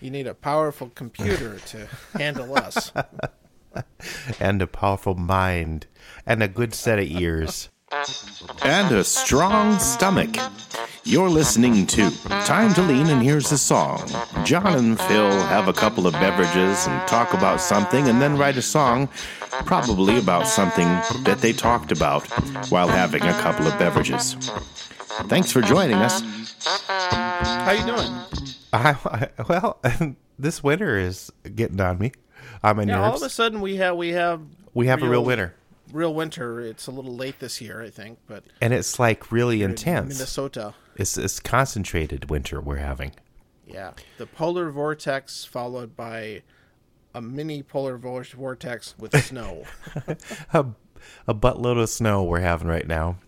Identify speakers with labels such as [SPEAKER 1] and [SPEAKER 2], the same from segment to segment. [SPEAKER 1] You need a powerful computer to handle us.
[SPEAKER 2] and a powerful mind, and a good set of ears.
[SPEAKER 3] and a strong stomach. You're listening to Time to Lean, and here's the song. John and Phil have a couple of beverages and talk about something, and then write a song, probably about something that they talked about while having a couple of beverages. Thanks for joining us.
[SPEAKER 1] How you doing?
[SPEAKER 2] I, I- well, this winter is getting on me. I'm in
[SPEAKER 1] Yeah, all of a
[SPEAKER 2] nerves.
[SPEAKER 1] sudden we have we have
[SPEAKER 2] We have a real
[SPEAKER 1] real-
[SPEAKER 2] winter,
[SPEAKER 1] real winter. It's a little late this year, I think, but
[SPEAKER 2] and it's like really intense.
[SPEAKER 1] Minnesota.
[SPEAKER 2] It's it's concentrated winter we're having.
[SPEAKER 1] Yeah, the polar vortex followed by a mini polar vor- vortex with snow.
[SPEAKER 2] A, a buttload of snow we're having right now.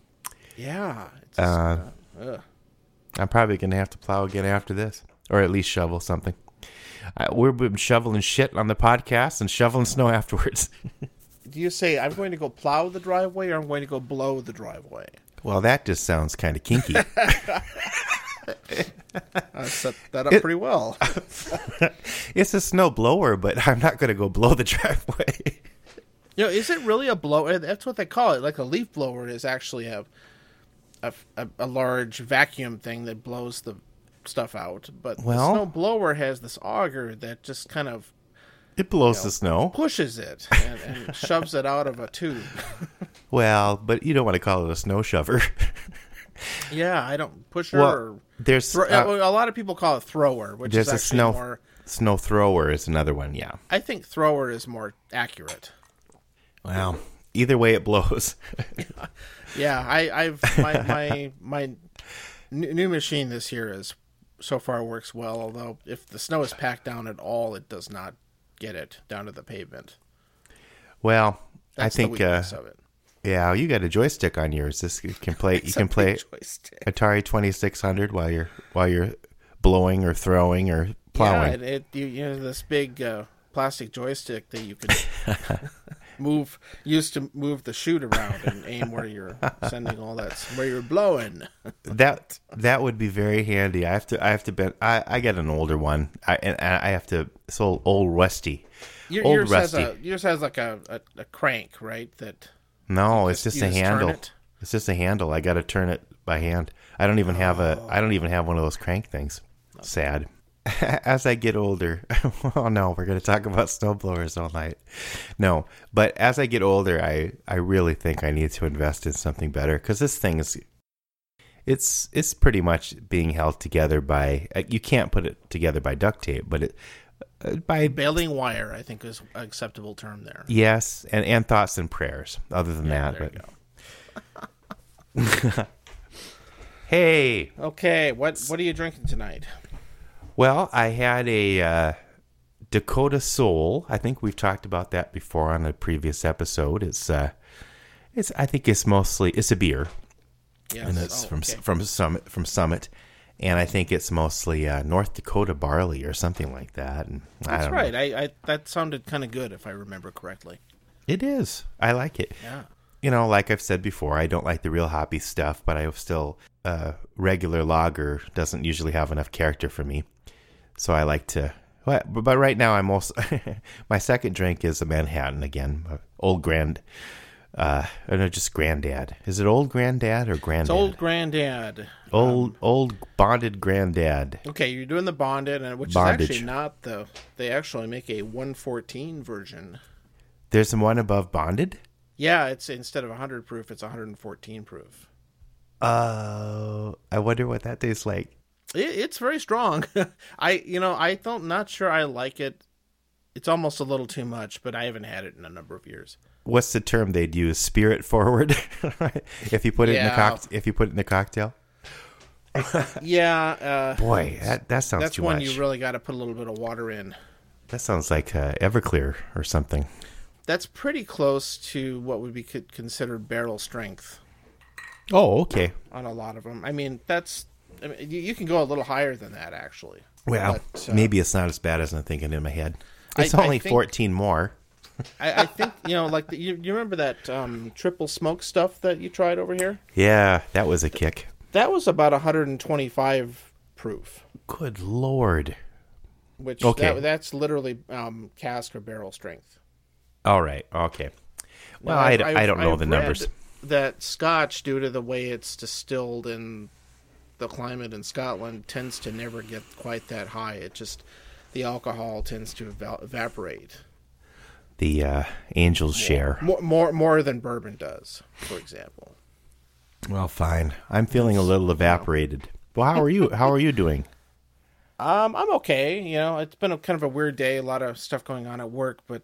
[SPEAKER 1] yeah, it's ugh.
[SPEAKER 2] Uh, I'm probably gonna have to plow again after this, or at least shovel something. I, we've been shoveling shit on the podcast and shoveling snow afterwards.
[SPEAKER 1] Do you say I'm going to go plow the driveway or I'm going to go blow the driveway?
[SPEAKER 2] well, that just sounds kind of kinky.
[SPEAKER 1] I Uh, set that up
[SPEAKER 2] It-
[SPEAKER 1] pretty well.
[SPEAKER 2] it's a snow blower, but I'm not gonna go blow the driveway.
[SPEAKER 1] You know, is it really a blower? That's what they call it. Like a leaf blower is actually a a, a, a large vacuum thing that blows the stuff out. But
[SPEAKER 2] Well-
[SPEAKER 1] the snow blower has this auger that just kind of
[SPEAKER 2] it blows the snow.
[SPEAKER 1] pushes it and, and shoves it out of a tube.
[SPEAKER 2] Well, but you don't want to call it a snow shover.
[SPEAKER 1] Yeah, I don't pusher.
[SPEAKER 2] well,
[SPEAKER 1] or
[SPEAKER 2] there's
[SPEAKER 1] thro-
[SPEAKER 2] uh,
[SPEAKER 1] a lot of people call it thrower, which
[SPEAKER 2] there's
[SPEAKER 1] is
[SPEAKER 2] a
[SPEAKER 1] actually
[SPEAKER 2] snow
[SPEAKER 1] more.
[SPEAKER 2] snow thrower is another one. Yeah.
[SPEAKER 1] I think thrower is more accurate.
[SPEAKER 2] Well, either way, it blows.
[SPEAKER 1] Yeah, I, I've my my my n- new machine this year is so far works well. Although if the snow is packed down at all, it does not get it down to the pavement.
[SPEAKER 2] well, I
[SPEAKER 1] That's the
[SPEAKER 2] think uh,
[SPEAKER 1] weakness of it.
[SPEAKER 2] yeah, you got a joystick on yours. This you can play. You
[SPEAKER 1] It's
[SPEAKER 2] can
[SPEAKER 1] a big
[SPEAKER 2] play
[SPEAKER 1] joystick.
[SPEAKER 2] Atari Twenty Six Hundred while you're while you're blowing or throwing or
[SPEAKER 1] Yeah,
[SPEAKER 2] plowing.
[SPEAKER 1] it, it you, you know this big uh, plastic joystick that you could move used to move the chute around and aim where you're sending all that where you're blowing.
[SPEAKER 2] that that would be very handy. I have to I have to bend. I I get an older one. I and I have to so old rusty.
[SPEAKER 1] Your,
[SPEAKER 2] Old
[SPEAKER 1] yours has a
[SPEAKER 2] rusty.
[SPEAKER 1] yours has like a, a, a crank right that
[SPEAKER 2] No, it's just
[SPEAKER 1] you
[SPEAKER 2] a
[SPEAKER 1] just turn
[SPEAKER 2] handle.
[SPEAKER 1] it?
[SPEAKER 2] It's just a handle. I got to turn it by hand. I don't even have a. I don't even have one of those crank things. Sad. As I get older, oh no, we're going to talk about snowblowers all night. No, but as I get older, I I really think I need to invest in something better because this thing is, it's it's pretty much being held together by uh, you can't put it together by duct tape, but it uh, by
[SPEAKER 1] baling wire I think is an acceptable term there.
[SPEAKER 2] Yes, and, and thoughts and prayers. Other than that,
[SPEAKER 1] there
[SPEAKER 2] but hey,
[SPEAKER 1] Okay, what what are you drinking tonight?
[SPEAKER 2] well, I had a uh, Dakota Soul. I think we've talked about that before on a previous episode. It's uh, it's I think it's mostly it's a beer,
[SPEAKER 1] Yes.
[SPEAKER 2] and it's
[SPEAKER 1] oh,
[SPEAKER 2] from
[SPEAKER 1] okay.
[SPEAKER 2] from Summit from Summit, and I think it's mostly uh, North Dakota barley or something like that. And I
[SPEAKER 1] That's
[SPEAKER 2] don't
[SPEAKER 1] right.
[SPEAKER 2] Know.
[SPEAKER 1] I, I that sounded kind of good if I remember correctly.
[SPEAKER 2] It is. I like it.
[SPEAKER 1] Yeah.
[SPEAKER 2] you know, like I've said before, I don't like the real hoppy stuff, but I still uh, regular lager doesn't usually have enough character for me, so I like to. But, but right now, I'm also my second drink is a Manhattan again, old grand, uh, or no, just granddad. Is it old granddad or granddad?
[SPEAKER 1] It's old um, granddad.
[SPEAKER 2] old, old bonded granddad.
[SPEAKER 1] Okay, you're doing the bonded, and which
[SPEAKER 2] Bondage.
[SPEAKER 1] is actually not the. They actually make a 114 version.
[SPEAKER 2] There's one above bonded.
[SPEAKER 1] Yeah, it's instead of 100 proof, it's 114 proof.
[SPEAKER 2] Uh,
[SPEAKER 1] Oh.
[SPEAKER 2] I wonder what that tastes like.
[SPEAKER 1] It, it's very strong. I you know I don't not sure I like it. It's almost a little too much, but I haven't had it in a number of years.
[SPEAKER 2] What's the term they'd use? Spirit forward. if you put it in a
[SPEAKER 1] Yeah.
[SPEAKER 2] cock- if you put it in a cocktail.
[SPEAKER 1] Yeah, uh,
[SPEAKER 2] Boy, that, that sounds
[SPEAKER 1] that's
[SPEAKER 2] too
[SPEAKER 1] one
[SPEAKER 2] much.
[SPEAKER 1] you really got to put a little bit of water in.
[SPEAKER 2] that sounds like uh, Everclear or something.
[SPEAKER 1] That's pretty close to what would be co- considered barrel strength
[SPEAKER 2] Oh, okay.
[SPEAKER 1] on a lot of them. I mean, that's I mean, you, you can go a little higher than that actually.
[SPEAKER 2] Well,
[SPEAKER 1] But, uh,
[SPEAKER 2] maybe it's not as bad as I'm thinking in my head. It's
[SPEAKER 1] I- I
[SPEAKER 2] only
[SPEAKER 1] think-
[SPEAKER 2] 14 more.
[SPEAKER 1] I, I think you know, like the, you, you remember that um, triple smoke stuff that you tried over here?
[SPEAKER 2] Yeah, that was a kick.
[SPEAKER 1] That was about 125 proof.
[SPEAKER 2] Good lord.
[SPEAKER 1] which
[SPEAKER 2] Okay.
[SPEAKER 1] that, that's literally um, cask or barrel strength.
[SPEAKER 2] All right. Okay. Well,
[SPEAKER 1] Now,
[SPEAKER 2] I,
[SPEAKER 1] I've-
[SPEAKER 2] d- I
[SPEAKER 1] I've-
[SPEAKER 2] don't know
[SPEAKER 1] I've
[SPEAKER 2] the
[SPEAKER 1] read
[SPEAKER 2] numbers.
[SPEAKER 1] That Scotch, due to the way it's distilled in the climate in Scotland, tends to never get quite that high. It just the alcohol tends to eva- evaporate
[SPEAKER 2] The uh, angels share.
[SPEAKER 1] more, more more than bourbon does, for example.
[SPEAKER 2] Well, fine. I'm feeling a little evaporated. Well, how are you? How are you doing?
[SPEAKER 1] Um, I'm okay. You know, it's been a kind of a weird day. A lot of stuff going on at work, but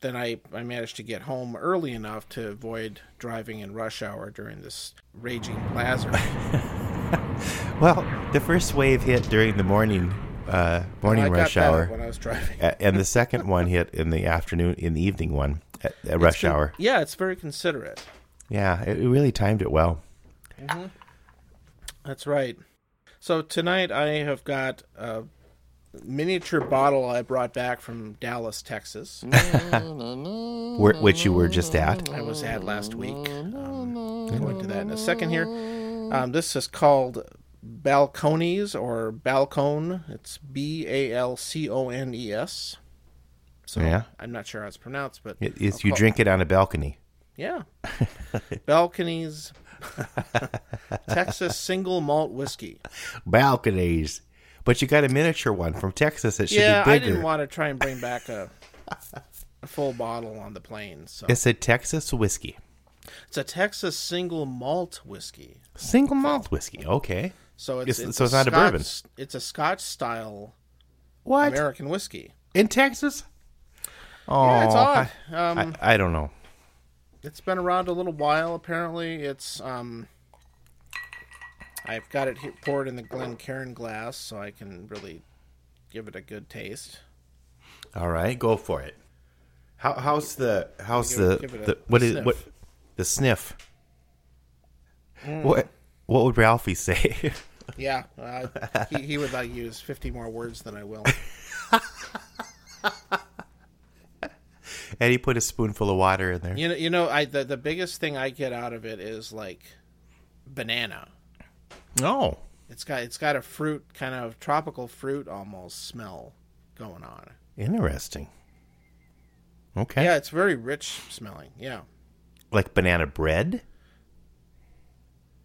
[SPEAKER 1] then I I managed to get home early enough to avoid driving in rush hour during this raging blizzard.
[SPEAKER 2] Well, the first wave hit during the morning uh, morning
[SPEAKER 1] I
[SPEAKER 2] rush
[SPEAKER 1] got that
[SPEAKER 2] hour,
[SPEAKER 1] when I was driving.
[SPEAKER 2] A- and the second one hit in the afternoon, in the evening one, at, at rush hour.
[SPEAKER 1] Yeah, it's very considerate.
[SPEAKER 2] Yeah, it it really timed it well.
[SPEAKER 1] That's right. So tonight I have got a miniature bottle I brought back from Dallas, Texas.
[SPEAKER 2] Where, which you were just at.
[SPEAKER 1] I was at last week. Um, I'll go into that in a second here. Um, this is called Balconies or Balcone. It's B A L C O N E S. So
[SPEAKER 2] Yeah.
[SPEAKER 1] I'm not sure how it's pronounced, but
[SPEAKER 2] It, it's, you drink it on a balcony.
[SPEAKER 1] yeah. Balconies, Texas single malt whiskey.
[SPEAKER 2] Balconies, but you got a miniature one from Texas. It should
[SPEAKER 1] yeah,
[SPEAKER 2] be
[SPEAKER 1] I
[SPEAKER 2] bigger.
[SPEAKER 1] didn't want to try and bring back a, a full bottle on the plane. So
[SPEAKER 2] It's a Texas whiskey,
[SPEAKER 1] it's a Texas single malt whiskey.
[SPEAKER 2] single malt whiskey. Okay,
[SPEAKER 1] So it's,
[SPEAKER 2] It's-
[SPEAKER 1] it's
[SPEAKER 2] so
[SPEAKER 1] a
[SPEAKER 2] it's not a bourbon.
[SPEAKER 1] Scotch- It's a Scotch style
[SPEAKER 2] what
[SPEAKER 1] American whiskey.
[SPEAKER 2] in Texas? Oh,
[SPEAKER 1] Yeah, it's odd.
[SPEAKER 2] I-
[SPEAKER 1] Um,
[SPEAKER 2] I, I don't know.
[SPEAKER 1] it's been around a little while. Apparently, it's um, I've got it here, poured in the Glencairn glass, so I can really give it a good taste.
[SPEAKER 2] All right, go for it. How, how's the how's
[SPEAKER 1] Give it-
[SPEAKER 2] the,
[SPEAKER 1] give it a
[SPEAKER 2] the what is
[SPEAKER 1] sniff. Mm.
[SPEAKER 2] what the sniff? What what would Ralphie say?
[SPEAKER 1] Yeah, uh, he, he would like use fifty more words than I will.
[SPEAKER 2] and he put a spoonful of water in there.
[SPEAKER 1] You know, you know, I the, the biggest thing I get out of it is like banana.
[SPEAKER 2] No,
[SPEAKER 1] It's got it's got a fruit kind of tropical fruit almost smell going on.
[SPEAKER 2] interesting. Okay,
[SPEAKER 1] Yeah, it's very rich smelling. Yeah.
[SPEAKER 2] like banana bread.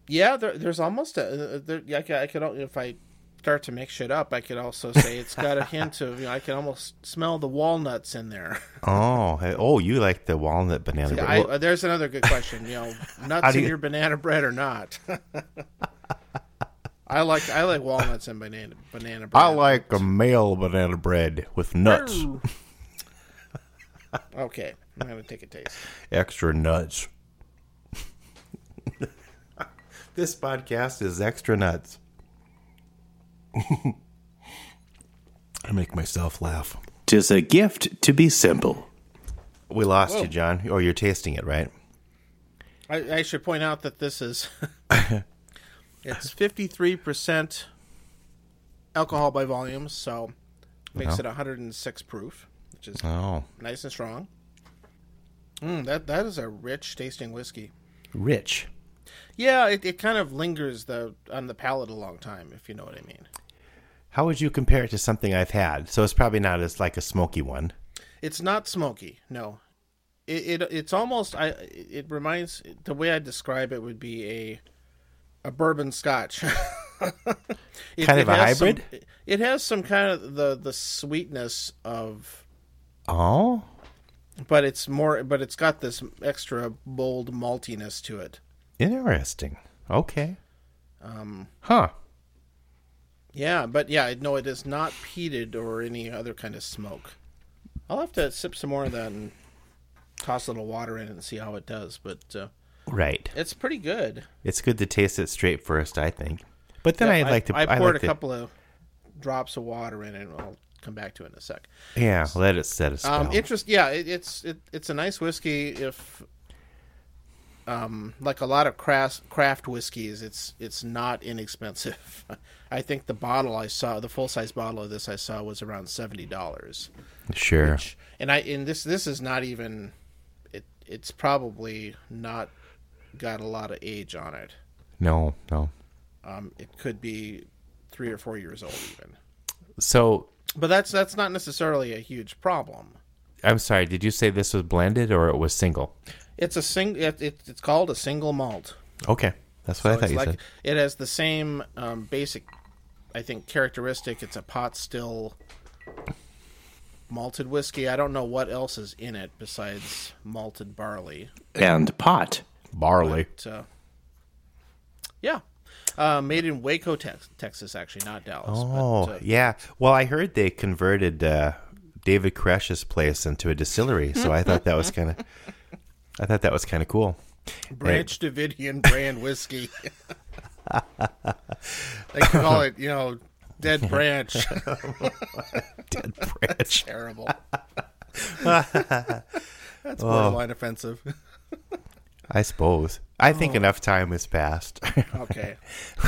[SPEAKER 1] Yeah, there, there's almost a. uh, There, yeah, I could, I could, al- if I start to make shit up, I could also say it's got a hint of. You know, I can almost smell the walnuts in there.
[SPEAKER 2] Oh, hey, oh, you like the walnut banana
[SPEAKER 1] Yeah,
[SPEAKER 2] bread?
[SPEAKER 1] I,
[SPEAKER 2] Well,
[SPEAKER 1] uh, there's another good question. You know,
[SPEAKER 2] How
[SPEAKER 1] nuts
[SPEAKER 2] do
[SPEAKER 1] in
[SPEAKER 2] you-
[SPEAKER 1] your banana bread or not? I like I like walnuts and banana banana bread.
[SPEAKER 2] I like a male banana bread with nuts,
[SPEAKER 1] Okay, I'm gonna take a taste.
[SPEAKER 2] extra nuts. this podcast is extra nuts. I make myself laugh.
[SPEAKER 3] Tis a gift to be simple.
[SPEAKER 2] We lost you, John. Or you're tasting it, right?
[SPEAKER 1] I, I should point out that this is it's 53% alcohol by volume, so makes it 106 proof, which is
[SPEAKER 2] Oh,
[SPEAKER 1] nice and strong. Mm, that that is a rich tasting whiskey.
[SPEAKER 2] rich.
[SPEAKER 1] Yeah, it, it kind of lingers the on the palate a long time, if you know what I mean.
[SPEAKER 2] How would you compare it to something I've had? So it's probably not as like a smoky one.
[SPEAKER 1] It's not smoky. No, it, it it's almost I. It reminds the way I describe it would be a a bourbon scotch. It-
[SPEAKER 2] Kind
[SPEAKER 1] it
[SPEAKER 2] of a
[SPEAKER 1] has some-
[SPEAKER 2] hybrid?
[SPEAKER 1] it has some kind of the the sweetness of,
[SPEAKER 2] Oh,
[SPEAKER 1] but it's more. But it's got this extra bold maltiness to it.
[SPEAKER 2] interesting. Okay. Um. Huh.
[SPEAKER 1] Yeah, but yeah, no, it is not peated or any other kind of smoke. I'll have to sip some more of that and toss a little water in it and see how it does. But uh,
[SPEAKER 2] Right.
[SPEAKER 1] it's pretty good.
[SPEAKER 2] It's good to taste it straight first, I think. But then I'd like to.
[SPEAKER 1] I
[SPEAKER 2] I'd
[SPEAKER 1] poured
[SPEAKER 2] like
[SPEAKER 1] a
[SPEAKER 2] to-
[SPEAKER 1] couple of drops of water in it. and I'll come back to it in a sec.
[SPEAKER 2] Yeah, let it set a spell.
[SPEAKER 1] Um, interest. Yeah, it, it's it, it's a nice whiskey. If um, like a lot of craft craft whiskeys, it's it's not inexpensive. I think the bottle I saw, the full size bottle of this I saw was around seventy dollars.
[SPEAKER 2] sure.
[SPEAKER 1] And I and this this is not even it. It's probably not got a lot of age on it.
[SPEAKER 2] no, no.
[SPEAKER 1] Um, it could be three or four years old even.
[SPEAKER 2] So
[SPEAKER 1] But that's that's not necessarily a huge problem.
[SPEAKER 2] I'm sorry. Did you say this was blended or it was single?
[SPEAKER 1] It's a sing. It, it, it's called a single malt.
[SPEAKER 2] Okay, that's what I thought
[SPEAKER 1] It's
[SPEAKER 2] you
[SPEAKER 1] like
[SPEAKER 2] said.
[SPEAKER 1] it has the same um, basic, I think, characteristic. It's a pot still malted whiskey. I don't know what else is in it besides malted barley.
[SPEAKER 3] and pot.
[SPEAKER 2] Barley.
[SPEAKER 1] So, yeah, uh, made in Waco, Tex- Texas, actually, not Dallas.
[SPEAKER 2] Oh,
[SPEAKER 1] but, uh,
[SPEAKER 2] yeah. Well, I heard they converted uh, David Koresh's place into a distillery, so I thought that was kind of, I thought that was kind of cool.
[SPEAKER 1] Branch Davidian brand whiskey. they call it, you know, Dead Branch.
[SPEAKER 2] Dead branch.
[SPEAKER 1] Terrible. That's
[SPEAKER 2] Oh.
[SPEAKER 1] borderline offensive.
[SPEAKER 2] I suppose. I
[SPEAKER 1] Oh.
[SPEAKER 2] think enough time has passed.
[SPEAKER 1] Okay.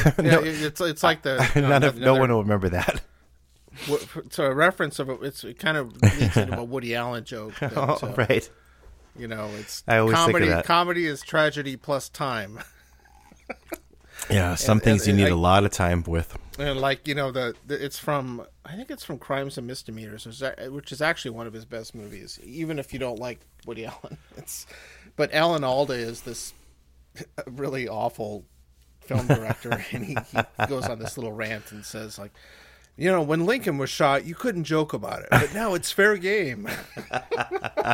[SPEAKER 1] Yeah,
[SPEAKER 2] no,
[SPEAKER 1] it- it's it's like the
[SPEAKER 2] none of, no
[SPEAKER 1] another-
[SPEAKER 2] one will remember that.
[SPEAKER 1] w- So a reference of a, it's it kind of leads into a Woody Allen joke. that,
[SPEAKER 2] Oh,
[SPEAKER 1] uh,
[SPEAKER 2] right.
[SPEAKER 1] You know, it's
[SPEAKER 2] I always think of
[SPEAKER 1] comedy.
[SPEAKER 2] that.
[SPEAKER 1] Comedy is tragedy plus time,
[SPEAKER 2] Yeah, some
[SPEAKER 1] and-
[SPEAKER 2] things
[SPEAKER 1] and
[SPEAKER 2] you need
[SPEAKER 1] I-
[SPEAKER 2] a lot of time with.
[SPEAKER 1] and like you know the, the it's from I think it's from Crimes and Misdemeanors, which is a- which is actually one of his best movies, even if you don't like Woody Allen. It's but Alan Alda is this really awful film director, and he, he goes on this little rant and says like. You know, when Lincoln was shot, you couldn't joke about it, but now it's fair game.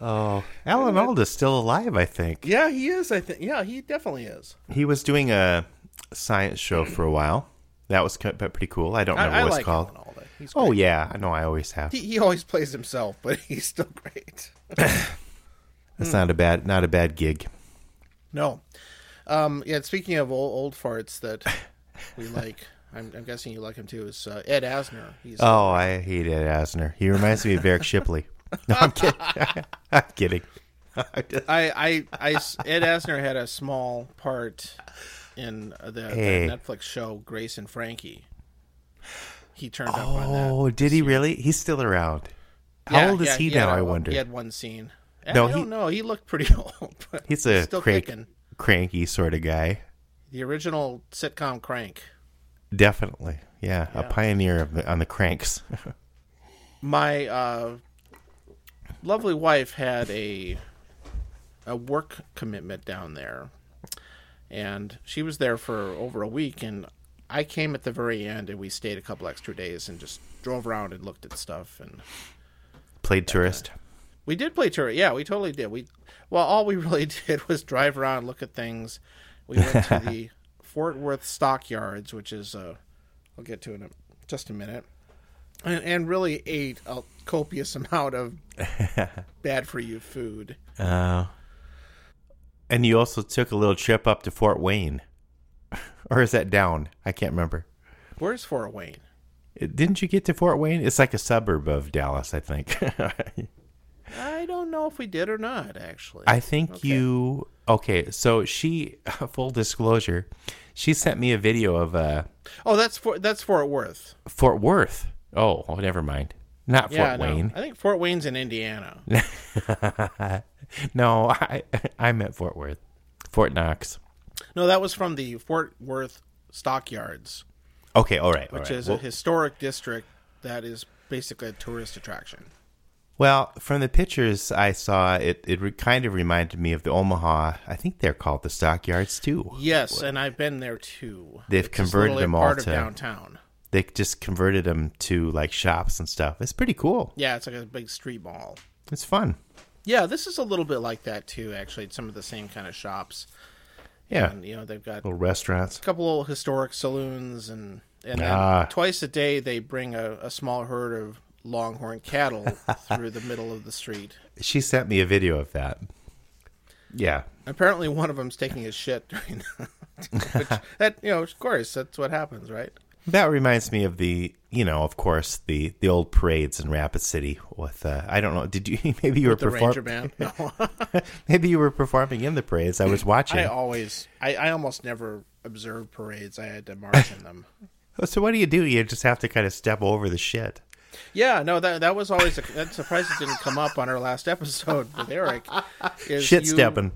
[SPEAKER 2] Alan Alda's still alive, I think.
[SPEAKER 1] Yeah, he is. I think. Yeah, he definitely is.
[SPEAKER 2] He was doing a science show for a while. That was ki- pretty cool. I don't
[SPEAKER 1] I,
[SPEAKER 2] remember
[SPEAKER 1] I
[SPEAKER 2] what
[SPEAKER 1] like
[SPEAKER 2] it's called.
[SPEAKER 1] Alan Alda. He's
[SPEAKER 2] Oh
[SPEAKER 1] great.
[SPEAKER 2] yeah, I know. I always have.
[SPEAKER 1] He, he always plays himself, but he's still great.
[SPEAKER 2] That's not a bad, not a bad gig.
[SPEAKER 1] No. Um, yeah. Speaking of old, old farts that we like, I'm, I'm guessing you like him too. Is uh, Ed Asner? He's
[SPEAKER 2] Oh, I hate Ed Asner. He reminds me of Eric Shipley. No, I'm kidding. I'm kidding.
[SPEAKER 1] I, I, I s- Ed Asner had a small part in the, the
[SPEAKER 2] Hey.
[SPEAKER 1] Netflix show Grace and Frankie. He turned up on that.
[SPEAKER 2] Oh, did he really? He's still around.
[SPEAKER 1] Yeah,
[SPEAKER 2] How old is
[SPEAKER 1] yeah,
[SPEAKER 2] he,
[SPEAKER 1] had
[SPEAKER 2] now?
[SPEAKER 1] a-
[SPEAKER 2] I wonder.
[SPEAKER 1] He had one scene. I-
[SPEAKER 2] No,
[SPEAKER 1] I
[SPEAKER 2] he-
[SPEAKER 1] don't know. He looked pretty old. But
[SPEAKER 2] He's a
[SPEAKER 1] still
[SPEAKER 2] crank,
[SPEAKER 1] kicking.
[SPEAKER 2] cranky sort of guy.
[SPEAKER 1] The original sitcom Crank.
[SPEAKER 2] Definitely. Yeah, a pioneer of the, on the cranks.
[SPEAKER 1] My uh, lovely wife had a a work commitment down there, and she was there for over a week. And I came at the very end, and we stayed a couple extra days and just drove around and looked at stuff. And
[SPEAKER 2] Played tourist.
[SPEAKER 1] we did play tour. Yeah, we totally did. We well, all we really did was drive around, look at things. We went to the Fort Worth Stockyards, which is uh, I'll get to in a, just a minute, and, and really ate a copious amount of bad for you food.
[SPEAKER 2] Uh, And you also took a little trip up to Fort Wayne. or is that down? I can't remember.
[SPEAKER 1] Where's Fort Wayne?
[SPEAKER 2] Didn't you get to Fort Wayne? It's like a suburb of Dallas, I think.
[SPEAKER 1] I don't know if we did or not. Actually,
[SPEAKER 2] I think you. Okay, so she, full disclosure, she sent me a video of uh,
[SPEAKER 1] oh, that's Fort that's Fort Worth.
[SPEAKER 2] Fort Worth. Oh, oh, never mind. Not
[SPEAKER 1] yeah,
[SPEAKER 2] Fort
[SPEAKER 1] no.
[SPEAKER 2] Wayne.
[SPEAKER 1] I think Fort Wayne's in Indiana.
[SPEAKER 2] No, I, I meant Fort Worth. Fort Knox.
[SPEAKER 1] no, that was from the Fort Worth Stockyards.
[SPEAKER 2] Okay, all right. all
[SPEAKER 1] which
[SPEAKER 2] right.
[SPEAKER 1] is
[SPEAKER 2] Well-
[SPEAKER 1] a historic district that is basically a tourist attraction.
[SPEAKER 2] Well, from the pictures I saw, it, it re- kind of reminded me of the Omaha. I think they're called the stockyards too.
[SPEAKER 1] Yes, and I've been there too.
[SPEAKER 2] They've
[SPEAKER 1] It's just
[SPEAKER 2] converted
[SPEAKER 1] literally
[SPEAKER 2] them all
[SPEAKER 1] part
[SPEAKER 2] to-
[SPEAKER 1] of downtown.
[SPEAKER 2] They just converted them to like shops and stuff. It's pretty cool.
[SPEAKER 1] Yeah, it's like a big street mall.
[SPEAKER 2] It's fun.
[SPEAKER 1] Yeah, this is a little bit like that too. Actually, some of the same kind of shops,
[SPEAKER 2] Yeah,
[SPEAKER 1] and you know they've got a
[SPEAKER 2] little restaurants.
[SPEAKER 1] couple old historic saloons, and and then
[SPEAKER 2] Ah.
[SPEAKER 1] twice a day they bring a, a small herd of longhorn cattle through the middle of the street.
[SPEAKER 2] She sent me a video of that. Yeah,
[SPEAKER 1] Apparently, one of them's taking a shit during the, which, that. You know, of course, that's what happens, right?
[SPEAKER 2] that reminds me of the you know, of course, the the old parades in Rapid City with uh, I don't know. Did you maybe you were
[SPEAKER 1] The Ranger
[SPEAKER 2] performing?
[SPEAKER 1] Band. No.
[SPEAKER 2] Maybe you were performing in the parades. I was watching.
[SPEAKER 1] I always, I, I almost never observed parades. I had to march in them.
[SPEAKER 2] so what do you do? You just have to kind of step over the shit.
[SPEAKER 1] Yeah, no, that that was always a, that surprised it didn't come up on our last episode with Eric. is
[SPEAKER 2] Shit
[SPEAKER 1] you-
[SPEAKER 2] stepping.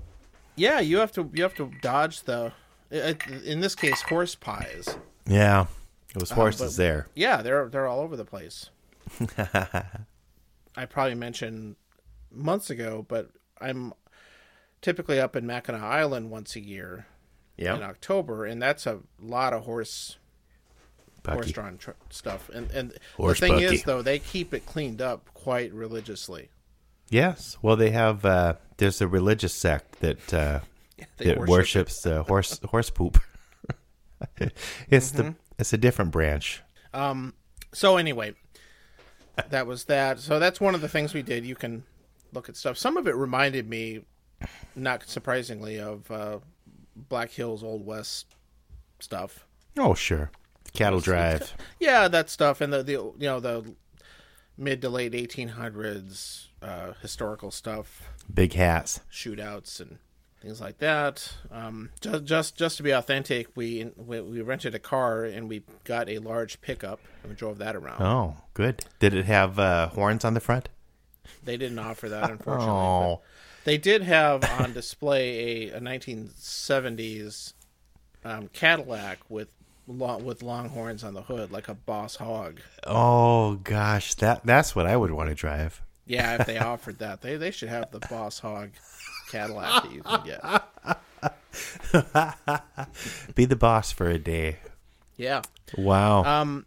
[SPEAKER 1] Yeah, you have to you have to dodge the, in this case, horse pies.
[SPEAKER 2] Yeah. Those horses
[SPEAKER 1] Uh-huh, but-
[SPEAKER 2] there.
[SPEAKER 1] Yeah, they're they're all over the place. I probably mentioned months ago, but I'm typically up in Mackinac Island once a year in
[SPEAKER 2] Yeah.
[SPEAKER 1] October, and that's a lot of horse horse
[SPEAKER 2] Bucky.
[SPEAKER 1] drawn tr- stuff. And and
[SPEAKER 2] Horse
[SPEAKER 1] the thing
[SPEAKER 2] bucky.
[SPEAKER 1] is, though, they keep it cleaned up quite religiously.
[SPEAKER 2] Yes. Well, they have. Uh, there's a religious sect that uh,
[SPEAKER 1] They
[SPEAKER 2] that
[SPEAKER 1] worship
[SPEAKER 2] worships uh, horse horse poop. it's the
[SPEAKER 1] Mm-hmm.
[SPEAKER 2] it's a different branch.
[SPEAKER 1] So anyway, that was that. So that's one of the things we did. You can look at stuff. Some of it reminded me, not surprisingly, of uh, Black Hills Old West stuff.
[SPEAKER 2] Oh sure, cattle drive.
[SPEAKER 1] Yeah, that stuff and the the you know the mid to late 1800s uh, historical stuff,
[SPEAKER 2] Big hats.
[SPEAKER 1] shootouts and things like that. Um, just just just to be authentic, we we, we rented a car and we got a large pickup and we drove that around.
[SPEAKER 2] Oh, good. Did it have uh, horns on the front?
[SPEAKER 1] They didn't offer that unfortunately. but-
[SPEAKER 2] Oh,
[SPEAKER 1] They did have on display a, a 1970s um, Cadillac with long, with long horns on the hood, like a boss hog.
[SPEAKER 2] oh gosh, that that's what I would want to drive.
[SPEAKER 1] Yeah, if they offered that, they they should have the boss hog Cadillac that you can get.
[SPEAKER 2] Be the boss for a day. Um,
[SPEAKER 1] Yeah,
[SPEAKER 2] Wow.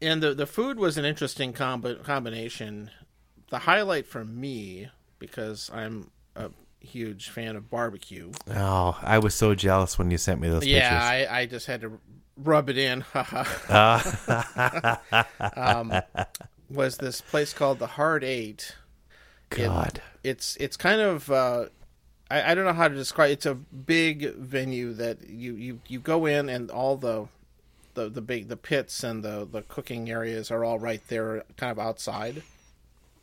[SPEAKER 1] and the the food was an interesting comb- combination. The highlight for me, because I'm a huge fan of barbecue.
[SPEAKER 2] oh, I was so jealous when you sent me those
[SPEAKER 1] Yeah,
[SPEAKER 2] pictures.
[SPEAKER 1] I, I just had to rub it in. Haha. um, was this place called the Hard Eight?
[SPEAKER 2] God.
[SPEAKER 1] It's it's kind of uh, I, I don't know how to describe. It's a big venue that you you, you go in and all the the, the big the pits and the, the cooking areas are all right there, kind of outside.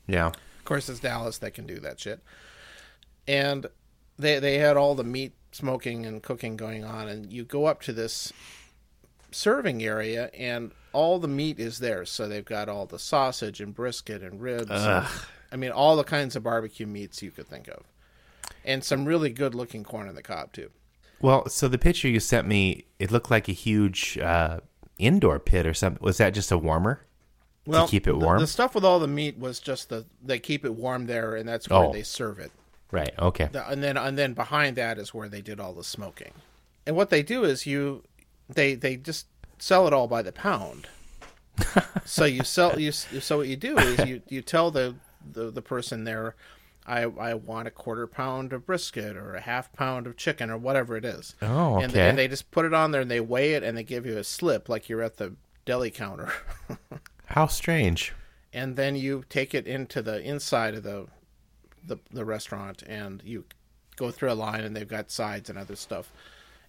[SPEAKER 2] yeah.
[SPEAKER 1] Of course, it's Dallas that can do that shit. And they they had all the meat smoking and cooking going on, and you go up to this serving area, and all the meat is there. So they've got all the sausage and brisket and ribs. and- I mean, all the kinds of barbecue meats you could think of, and some really good looking corn on the cob too.
[SPEAKER 2] Well, so the picture you sent me, it looked like a huge uh, indoor pit or something. Was that just a warmer?
[SPEAKER 1] Well,
[SPEAKER 2] keep it
[SPEAKER 1] the-
[SPEAKER 2] warm?
[SPEAKER 1] The, stuff with all the meat was just the they keep it warm there, and that's where
[SPEAKER 2] Oh.
[SPEAKER 1] they serve it.
[SPEAKER 2] Right. Okay.
[SPEAKER 1] The- and then and then behind that is where they did all the smoking. And what they do is you they they just sell it all by the pound. so you sell you so what you do is you you tell the the, the person there I, I want a quarter pound of brisket or a half pound of chicken or whatever it is.
[SPEAKER 2] Oh,
[SPEAKER 1] And,
[SPEAKER 2] okay.
[SPEAKER 1] and they just put it on there and they weigh it and they give you a slip like you're at the deli counter.
[SPEAKER 2] How strange.
[SPEAKER 1] and then you take it into the inside of the the, the restaurant and you go through a line and they've got sides and other stuff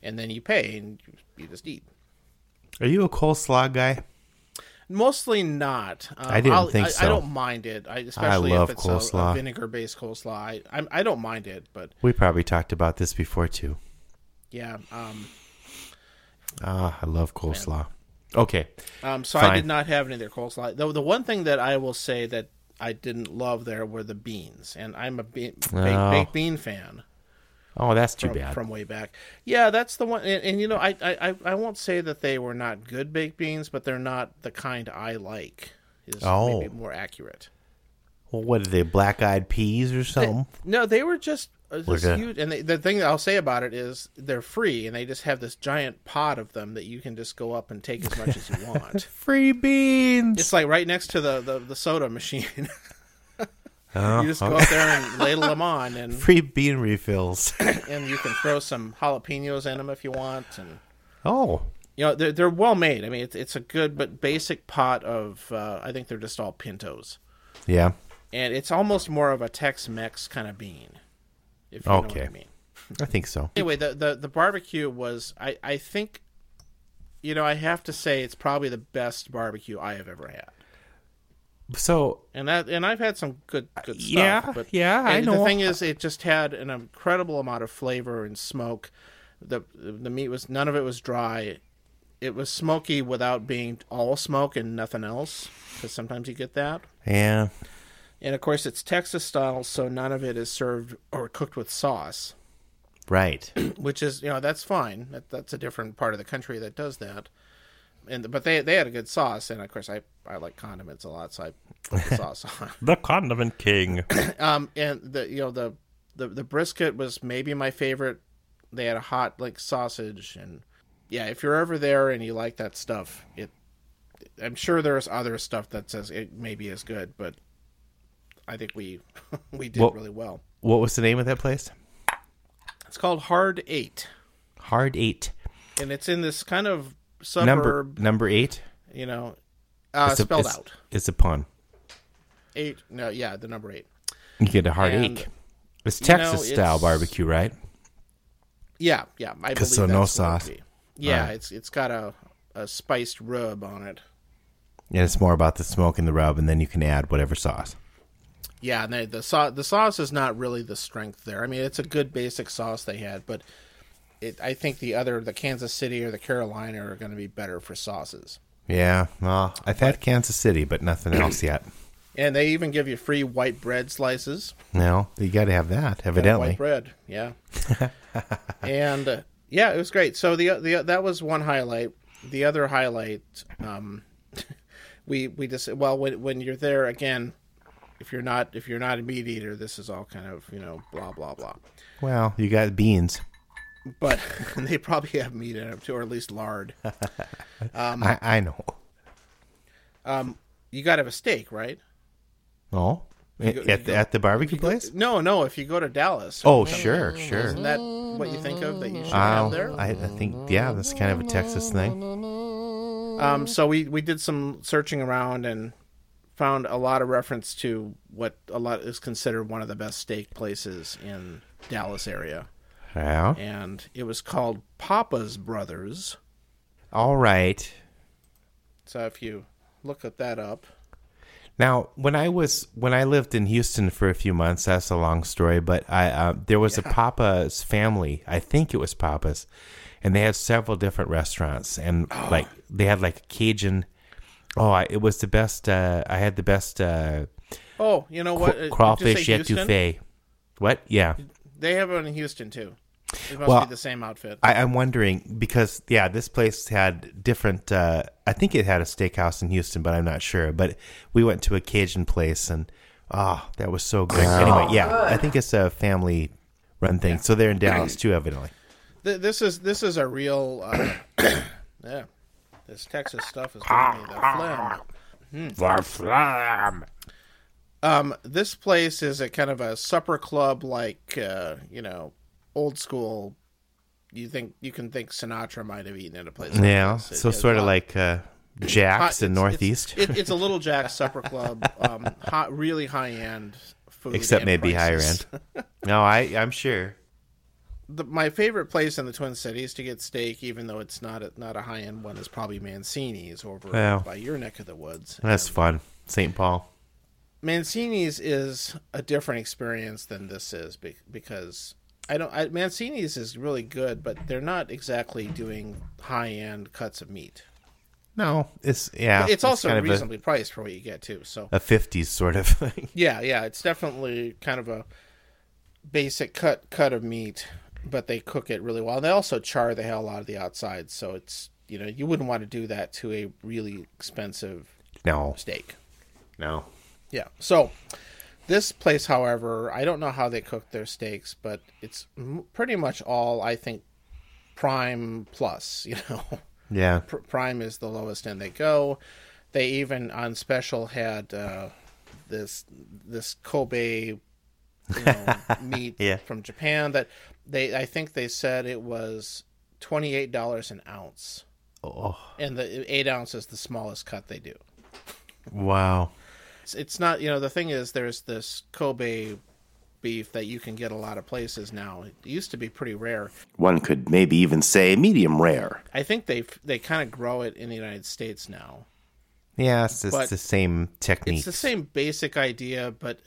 [SPEAKER 1] and then you pay and you, you just eat
[SPEAKER 2] Are you a coleslaw guy?
[SPEAKER 1] mostly not um,
[SPEAKER 2] I didn't
[SPEAKER 1] I'll-
[SPEAKER 2] think
[SPEAKER 1] I,
[SPEAKER 2] so.
[SPEAKER 1] I don't mind it I, especially
[SPEAKER 2] love
[SPEAKER 1] if it's a,
[SPEAKER 2] coleslaw.
[SPEAKER 1] a vinegar based coleslaw I, I, I don't mind it but
[SPEAKER 2] We probably talked about this before too.
[SPEAKER 1] yeah um,
[SPEAKER 2] Ah, I love coleslaw. Okay.
[SPEAKER 1] um, so I
[SPEAKER 2] Fine.
[SPEAKER 1] did not have any of their coleslaw though the one thing that I will say that I didn't love there were the beans and I'm a be- baked,
[SPEAKER 2] Oh.
[SPEAKER 1] baked bean fan
[SPEAKER 2] Oh, that's too
[SPEAKER 1] from,
[SPEAKER 2] bad.
[SPEAKER 1] from way back. Yeah, that's the one. And, and you know, I, I I- I won't say that they were not good baked beans, but they're not the kind I like. Is
[SPEAKER 2] Oh.
[SPEAKER 1] maybe more accurate.
[SPEAKER 2] well, what are they? Black eyed peas or something?
[SPEAKER 1] No, they were just, uh, just
[SPEAKER 2] Was it-
[SPEAKER 1] huge. And they, the thing that I'll say about it is they're free, and they just have this giant pot of them that you can just go up and take as much as you want.
[SPEAKER 2] Free beans.
[SPEAKER 1] It's like right next to the the, the soda machine.
[SPEAKER 2] Uh-huh.
[SPEAKER 1] you just go up there and ladle them on, and
[SPEAKER 2] Free bean refills.
[SPEAKER 1] and you can throw some jalapenos in them if you want, and.
[SPEAKER 2] oh.
[SPEAKER 1] you know they're, they're well made i mean it's, it's a good but basic pot of uh, i think they're just all pintos
[SPEAKER 2] Yeah.
[SPEAKER 1] and it's almost more of a tex-mex kind of bean if you know
[SPEAKER 2] Okay.
[SPEAKER 1] what i mean
[SPEAKER 2] I think so.
[SPEAKER 1] anyway the, the, the barbecue was I, I think you know i have to say it's probably the best barbecue i have ever had
[SPEAKER 2] So
[SPEAKER 1] and that and i've had some good good stuff
[SPEAKER 2] Uh, Yeah,
[SPEAKER 1] but
[SPEAKER 2] yeah, I
[SPEAKER 1] and
[SPEAKER 2] know.
[SPEAKER 1] the thing is it just had an incredible amount of flavor and smoke the the meat was none of it was dry it was smoky without being all smoke and nothing else because sometimes you get that
[SPEAKER 2] yeah.
[SPEAKER 1] and of course it's texas style so none of it is served or cooked with sauce
[SPEAKER 2] Right.
[SPEAKER 1] which is you know that's fine that, that's a different part of the country that does that and but they they had a good sauce, and of course I I like condiments a lot, so I put the sauce on.
[SPEAKER 4] The condiment king.
[SPEAKER 1] Um, and the you know the the the brisket was maybe my favorite. They had a hot like sausage, and yeah, if you're ever there and you like that stuff, it. I'm sure there's other stuff that says it maybe is good, but I think we we did
[SPEAKER 2] Well-
[SPEAKER 1] really well.
[SPEAKER 2] What was the name of that place?
[SPEAKER 1] It's called Hard Eight,
[SPEAKER 2] Hard Eight.
[SPEAKER 1] and it's in this kind of suburb,
[SPEAKER 2] Number number eight.
[SPEAKER 1] you know, uh,
[SPEAKER 2] It's a-
[SPEAKER 1] spelled
[SPEAKER 2] it's-
[SPEAKER 1] out.
[SPEAKER 2] It's a pun.
[SPEAKER 1] Eight, no, yeah, the number eight.
[SPEAKER 2] You get a heartache.
[SPEAKER 1] And,
[SPEAKER 2] It's
[SPEAKER 1] you know,
[SPEAKER 2] Texas style
[SPEAKER 1] it's-
[SPEAKER 2] barbecue, right?
[SPEAKER 1] Yeah, yeah, I believe
[SPEAKER 2] so
[SPEAKER 1] that's
[SPEAKER 2] no
[SPEAKER 1] what it
[SPEAKER 2] sauce.
[SPEAKER 1] would be. Yeah,
[SPEAKER 2] Right.
[SPEAKER 1] it's it's got a a spiced rub on it.
[SPEAKER 2] And it's more about the smoke and the rub, and then you can add whatever sauce.
[SPEAKER 1] Yeah, and they, the sauce the sauce is not really the strength there. I mean, it's a good basic sauce they had, but it, I think the other the Kansas City or the Carolina are going to be better for sauces.
[SPEAKER 2] Yeah, well, I've had Kansas City, but nothing else yet.
[SPEAKER 1] And they even give you free white bread slices.
[SPEAKER 2] No, you got to have that,
[SPEAKER 1] White
[SPEAKER 2] evidently.
[SPEAKER 1] bread, yeah. and uh, yeah, it was great. So the the that was one highlight. The other highlight, um, we we just well when when you're there again, if you're not if you're not a meat eater, this is all kind of you know blah blah blah.
[SPEAKER 2] Well, you got beans.
[SPEAKER 1] But they probably have meat in it too, or at least lard. Um,
[SPEAKER 2] I, I know.
[SPEAKER 1] You got to have a steak, right?
[SPEAKER 2] No?
[SPEAKER 1] go- you
[SPEAKER 2] at,
[SPEAKER 1] go-
[SPEAKER 2] the, at the barbecue place?
[SPEAKER 1] No, no. If you go to Dallas,
[SPEAKER 2] Oh, sure, sure.
[SPEAKER 1] isn't that what you think of that you should have there?
[SPEAKER 2] I'll- I, I think, yeah, that's kind of a Texas thing.
[SPEAKER 1] Um, so we we did some searching around and found a lot of reference to what a lot is considered one of the best steak places in Dallas area,
[SPEAKER 2] Yeah.
[SPEAKER 1] and it was called Papa's Brothers.
[SPEAKER 2] All right.
[SPEAKER 1] So if you look at that up,
[SPEAKER 2] Now, when I was when I lived in Houston for a few months, that's a long story, but I uh, there was a Papa's family. I think it was Papa's, and they had several different restaurants, and
[SPEAKER 1] Oh.
[SPEAKER 2] like they had like Cajun. Oh, I, it was the best. Uh, I had the best uh,
[SPEAKER 1] oh, you know
[SPEAKER 2] cra-
[SPEAKER 1] what? Uh, did you
[SPEAKER 2] crawfish
[SPEAKER 1] say Houston?
[SPEAKER 2] etouffee. What? Yeah,
[SPEAKER 1] They have one in Houston too. It must
[SPEAKER 2] Well,
[SPEAKER 1] be the same outfit.
[SPEAKER 2] I, I'm wondering because yeah, this place had different. Uh, I think it had a steakhouse in Houston, but I'm not sure. But we went to a Cajun place, and ah, that was so good. anyway, yeah, I think it's a family run thing. So they're in Dallas too, evidently.
[SPEAKER 1] Th- this is this is a real. Uh, yeah, this Texas stuff is giving me the phlegm.
[SPEAKER 4] the flam.
[SPEAKER 1] Um, this place is a kind of a supper club, like uh, you know, old school. You think you can think Sinatra might have eaten at a place? Like
[SPEAKER 2] Yeah,
[SPEAKER 1] this. It-
[SPEAKER 2] so
[SPEAKER 1] it's
[SPEAKER 2] sort of
[SPEAKER 1] hot-
[SPEAKER 2] like uh,
[SPEAKER 1] hot-
[SPEAKER 2] Jack's in
[SPEAKER 1] it's-
[SPEAKER 2] Northeast,
[SPEAKER 1] It's, it- it's a little Jack's supper club. Um, hot, really high end food,
[SPEAKER 2] except
[SPEAKER 1] and
[SPEAKER 2] maybe higher
[SPEAKER 1] prices.
[SPEAKER 2] end. No, I I'm sure.
[SPEAKER 1] The, my favorite place in the Twin Cities to get steak, even though it's not a, not a high end one, is probably Mancini's over
[SPEAKER 2] Well.
[SPEAKER 1] by your neck of the woods.
[SPEAKER 2] That's fun. St. Paul.
[SPEAKER 1] Mancini's is a different experience than this is be- because I don't. I, Mancini's is really good, but they're not exactly doing high end cuts of meat.
[SPEAKER 2] No, it's yeah.
[SPEAKER 1] It's also
[SPEAKER 2] kind of
[SPEAKER 1] reasonably priced for what you get too. So
[SPEAKER 2] a, a 50s sort of thing.
[SPEAKER 1] yeah, yeah, it's definitely kind of a basic cut cut of meat, but they cook it really well. They also char the hell out of the outside, so it's you know you wouldn't want to do that to a really expensive
[SPEAKER 2] No,
[SPEAKER 1] steak.
[SPEAKER 2] no.
[SPEAKER 1] Yeah. So this place, however, I don't know how they cook their steaks, but it's m- pretty much all I think prime plus. You know,
[SPEAKER 2] Yeah.
[SPEAKER 1] Pr- prime is the lowest end they go. They even on special had uh, this this Kobe you know, meat
[SPEAKER 2] Yeah.
[SPEAKER 1] from Japan that they I think they said it was twenty eight dollars an ounce,
[SPEAKER 2] Oh.
[SPEAKER 1] and the eight ounce is the smallest cut they do.
[SPEAKER 2] Wow.
[SPEAKER 1] it's, it's not you know the thing is there's this kobe beef that you can get a lot of places now it used to be pretty rare
[SPEAKER 3] One could maybe even say medium rare.
[SPEAKER 1] i think they they kind of grow it in the united states now
[SPEAKER 2] Yeah, it's just
[SPEAKER 1] But
[SPEAKER 2] the same technique.
[SPEAKER 1] it's the same basic idea but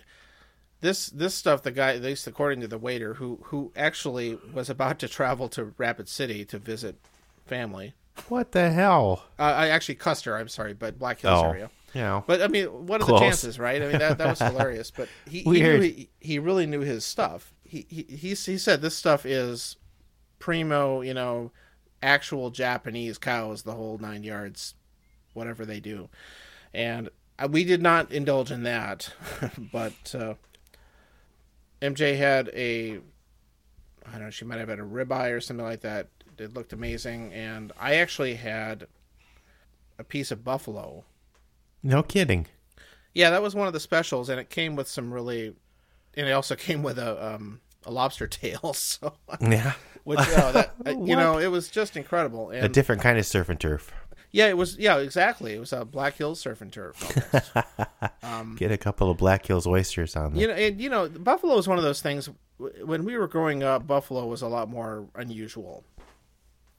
[SPEAKER 1] this this stuff the guy at least according to the waiter who who actually was about to travel to rapid city to visit family
[SPEAKER 2] What the hell?
[SPEAKER 1] uh, i actually custer i'm sorry but black hills area
[SPEAKER 2] yeah.
[SPEAKER 1] But I mean, what are
[SPEAKER 2] Close.
[SPEAKER 1] the chances, right? I mean, that, that was hilarious. But he he, knew,
[SPEAKER 2] Weird.
[SPEAKER 1] he he really knew his stuff. He he he, he said this stuff is primo, you know, actual Japanese cows, the whole nine yards, whatever they do. And uh, we did not indulge in that, but uh, MJ had a, I don't know, she might have had a ribeye or something like that. It looked amazing, and I actually had a piece of buffalo.
[SPEAKER 2] No kidding.
[SPEAKER 1] Yeah, that was one of the specials, and it came with some really, and it also came with a um, a lobster tail. So
[SPEAKER 2] Yeah.
[SPEAKER 1] which oh, that, uh, you know it was just incredible
[SPEAKER 2] A
[SPEAKER 1] and
[SPEAKER 2] different kind of surf and turf.
[SPEAKER 1] yeah it was yeah exactly it was a black hills surf and turf almost.
[SPEAKER 2] Get a couple of Black Hills oysters on them.
[SPEAKER 1] you know and you know buffalo is one of those things w- when we were growing up buffalo was a lot more unusual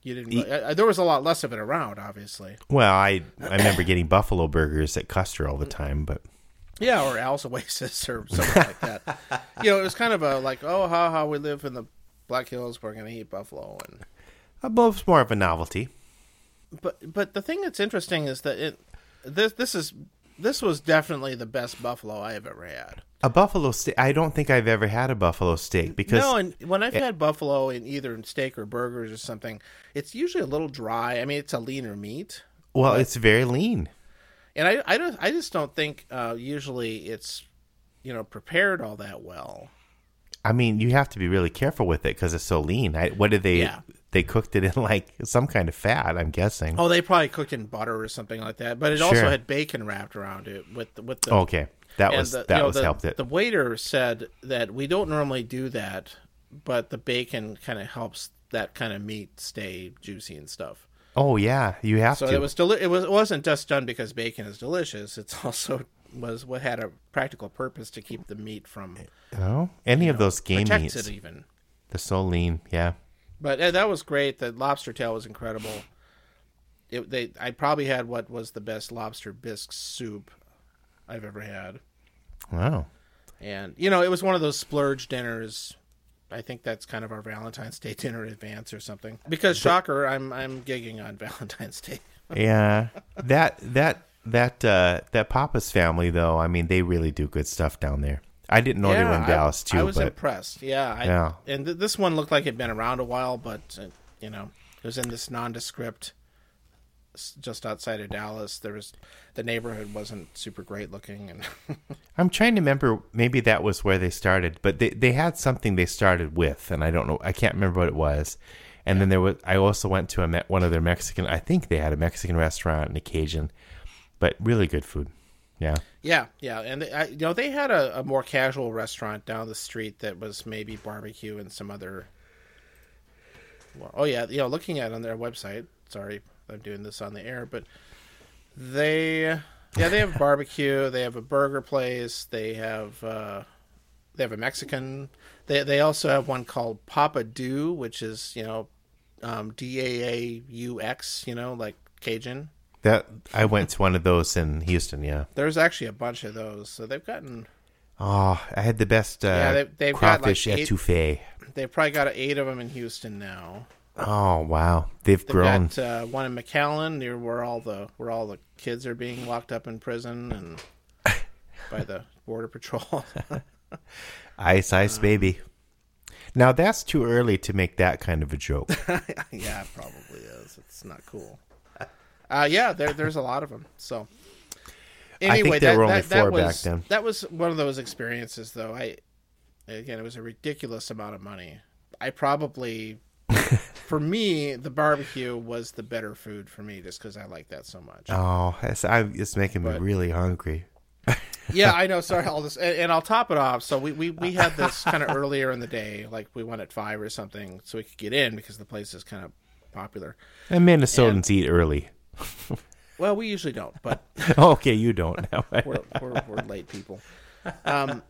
[SPEAKER 1] you didn't uh, there was a lot less of it around obviously
[SPEAKER 2] Well, I I remember getting buffalo burgers at Custer all the time, but
[SPEAKER 1] yeah or al's oasis or something like that you know it was kind of a like oh ha ha we live in the black hills we're gonna eat buffalo and
[SPEAKER 2] I believe it's more of a novelty.
[SPEAKER 1] but but the thing that's interesting is that it this this is this was definitely the best buffalo i have ever had
[SPEAKER 2] A buffalo steak. I don't think I've ever had a buffalo steak because
[SPEAKER 1] no, and when I've had buffalo in either in steak or burgers or something, it's usually a little dry. I mean, it's a leaner meat,
[SPEAKER 2] well, it's very lean.
[SPEAKER 1] and I I don't I just don't think uh, usually it's you know prepared all that well.
[SPEAKER 2] I mean, you have to be really careful with it because it's so lean. I, what did they?
[SPEAKER 1] Yeah.
[SPEAKER 2] They cooked it in like some kind of fat. I'm guessing.
[SPEAKER 1] Oh, they probably cooked in butter or something like that, but it also
[SPEAKER 2] Sure.
[SPEAKER 1] had bacon wrapped around it with the- with the
[SPEAKER 2] Oh, okay, that
[SPEAKER 1] and
[SPEAKER 2] was
[SPEAKER 1] the- you
[SPEAKER 2] that
[SPEAKER 1] know,
[SPEAKER 2] was
[SPEAKER 1] the-
[SPEAKER 2] helped it.
[SPEAKER 1] The waiter said that we don't normally do that, but the bacon kind of helps that kind of meat stay juicy and stuff.
[SPEAKER 2] oh yeah, you have
[SPEAKER 1] So
[SPEAKER 2] to.
[SPEAKER 1] it was deli- it was it wasn't just done because bacon is delicious. It's also was what had a practical purpose to keep the meat from
[SPEAKER 2] oh, any of those game
[SPEAKER 1] protects
[SPEAKER 2] meats.
[SPEAKER 1] it even.
[SPEAKER 2] They're so lean. Yeah.
[SPEAKER 1] But uh, that was great. The lobster tail was incredible. It, they I probably had what was the best lobster bisque soup I've ever had.
[SPEAKER 2] Wow.
[SPEAKER 1] And you know, it was one of those splurge dinners. I think that's kind of our Valentine's Day dinner in advance or something. Because shocker, I'm I'm gigging on Valentine's Day.
[SPEAKER 2] yeah that that that uh that papa's family though i mean they really do good stuff down there i didn't know they were in
[SPEAKER 1] I-
[SPEAKER 2] dallas too
[SPEAKER 1] I was
[SPEAKER 2] but
[SPEAKER 1] impressed. Yeah, I,
[SPEAKER 2] Yeah.
[SPEAKER 1] And th- this one looked like it'd been around a while, but uh, you know, it was in this nondescript, s- just outside of Dallas. There was the neighborhood wasn't super great looking, and
[SPEAKER 2] i'm trying to remember maybe that was where they started but they they had something they started with and i don't know i can't remember what it was and then there was i also went to a me- one of their mexican i think they had a mexican restaurant and a cajun but really good food yeah
[SPEAKER 1] yeah, yeah. And they, I, you know, they had a, a more casual restaurant down the street that was maybe barbecue and some other. Well, oh yeah, you know, looking at it on their website. Sorry, I'm doing this on the air, but they yeah they have barbecue they have a burger place they have uh they have a mexican they they also have one called papa do which is you know um d-a-a-u-x you know like cajun
[SPEAKER 2] that i went to one of those in houston yeah
[SPEAKER 1] there's actually a bunch of those so they've gotten
[SPEAKER 2] oh i had the best uh,
[SPEAKER 1] they- they've got, like,
[SPEAKER 2] crawfish
[SPEAKER 1] eight-
[SPEAKER 2] etouffee
[SPEAKER 1] they've probably got eight of them in houston now
[SPEAKER 2] oh wow they've
[SPEAKER 1] they've
[SPEAKER 2] grown
[SPEAKER 1] got uh, one in mcallen near where all the where all the kids are being locked up in prison and by the border patrol
[SPEAKER 2] Ice
[SPEAKER 1] Uh-huh.
[SPEAKER 2] Ice Baby. Now that's too early to make that kind of a joke.
[SPEAKER 1] Yeah, it probably is. It's not cool. Uh, yeah, there, there's a lot of them. So
[SPEAKER 2] I think there were only four
[SPEAKER 1] was,
[SPEAKER 2] back then.
[SPEAKER 1] That was one of those experiences, though. I again, it was a ridiculous amount of money. I probably, for me, the barbecue was the better food for me, just because I like that so much.
[SPEAKER 2] oh, it's, I, it's making me really hungry.
[SPEAKER 1] yeah, I know. Sorry, all this, and, and I'll top it off. So we we, we had this kind of earlier in the day, like we went at five or something, so we could get in because the place is kind of popular.
[SPEAKER 2] And Minnesotans eat early. Oh,
[SPEAKER 1] Well, we usually don't, but
[SPEAKER 2] okay, you don't. Now.
[SPEAKER 1] we're, we're, we're late people. Um,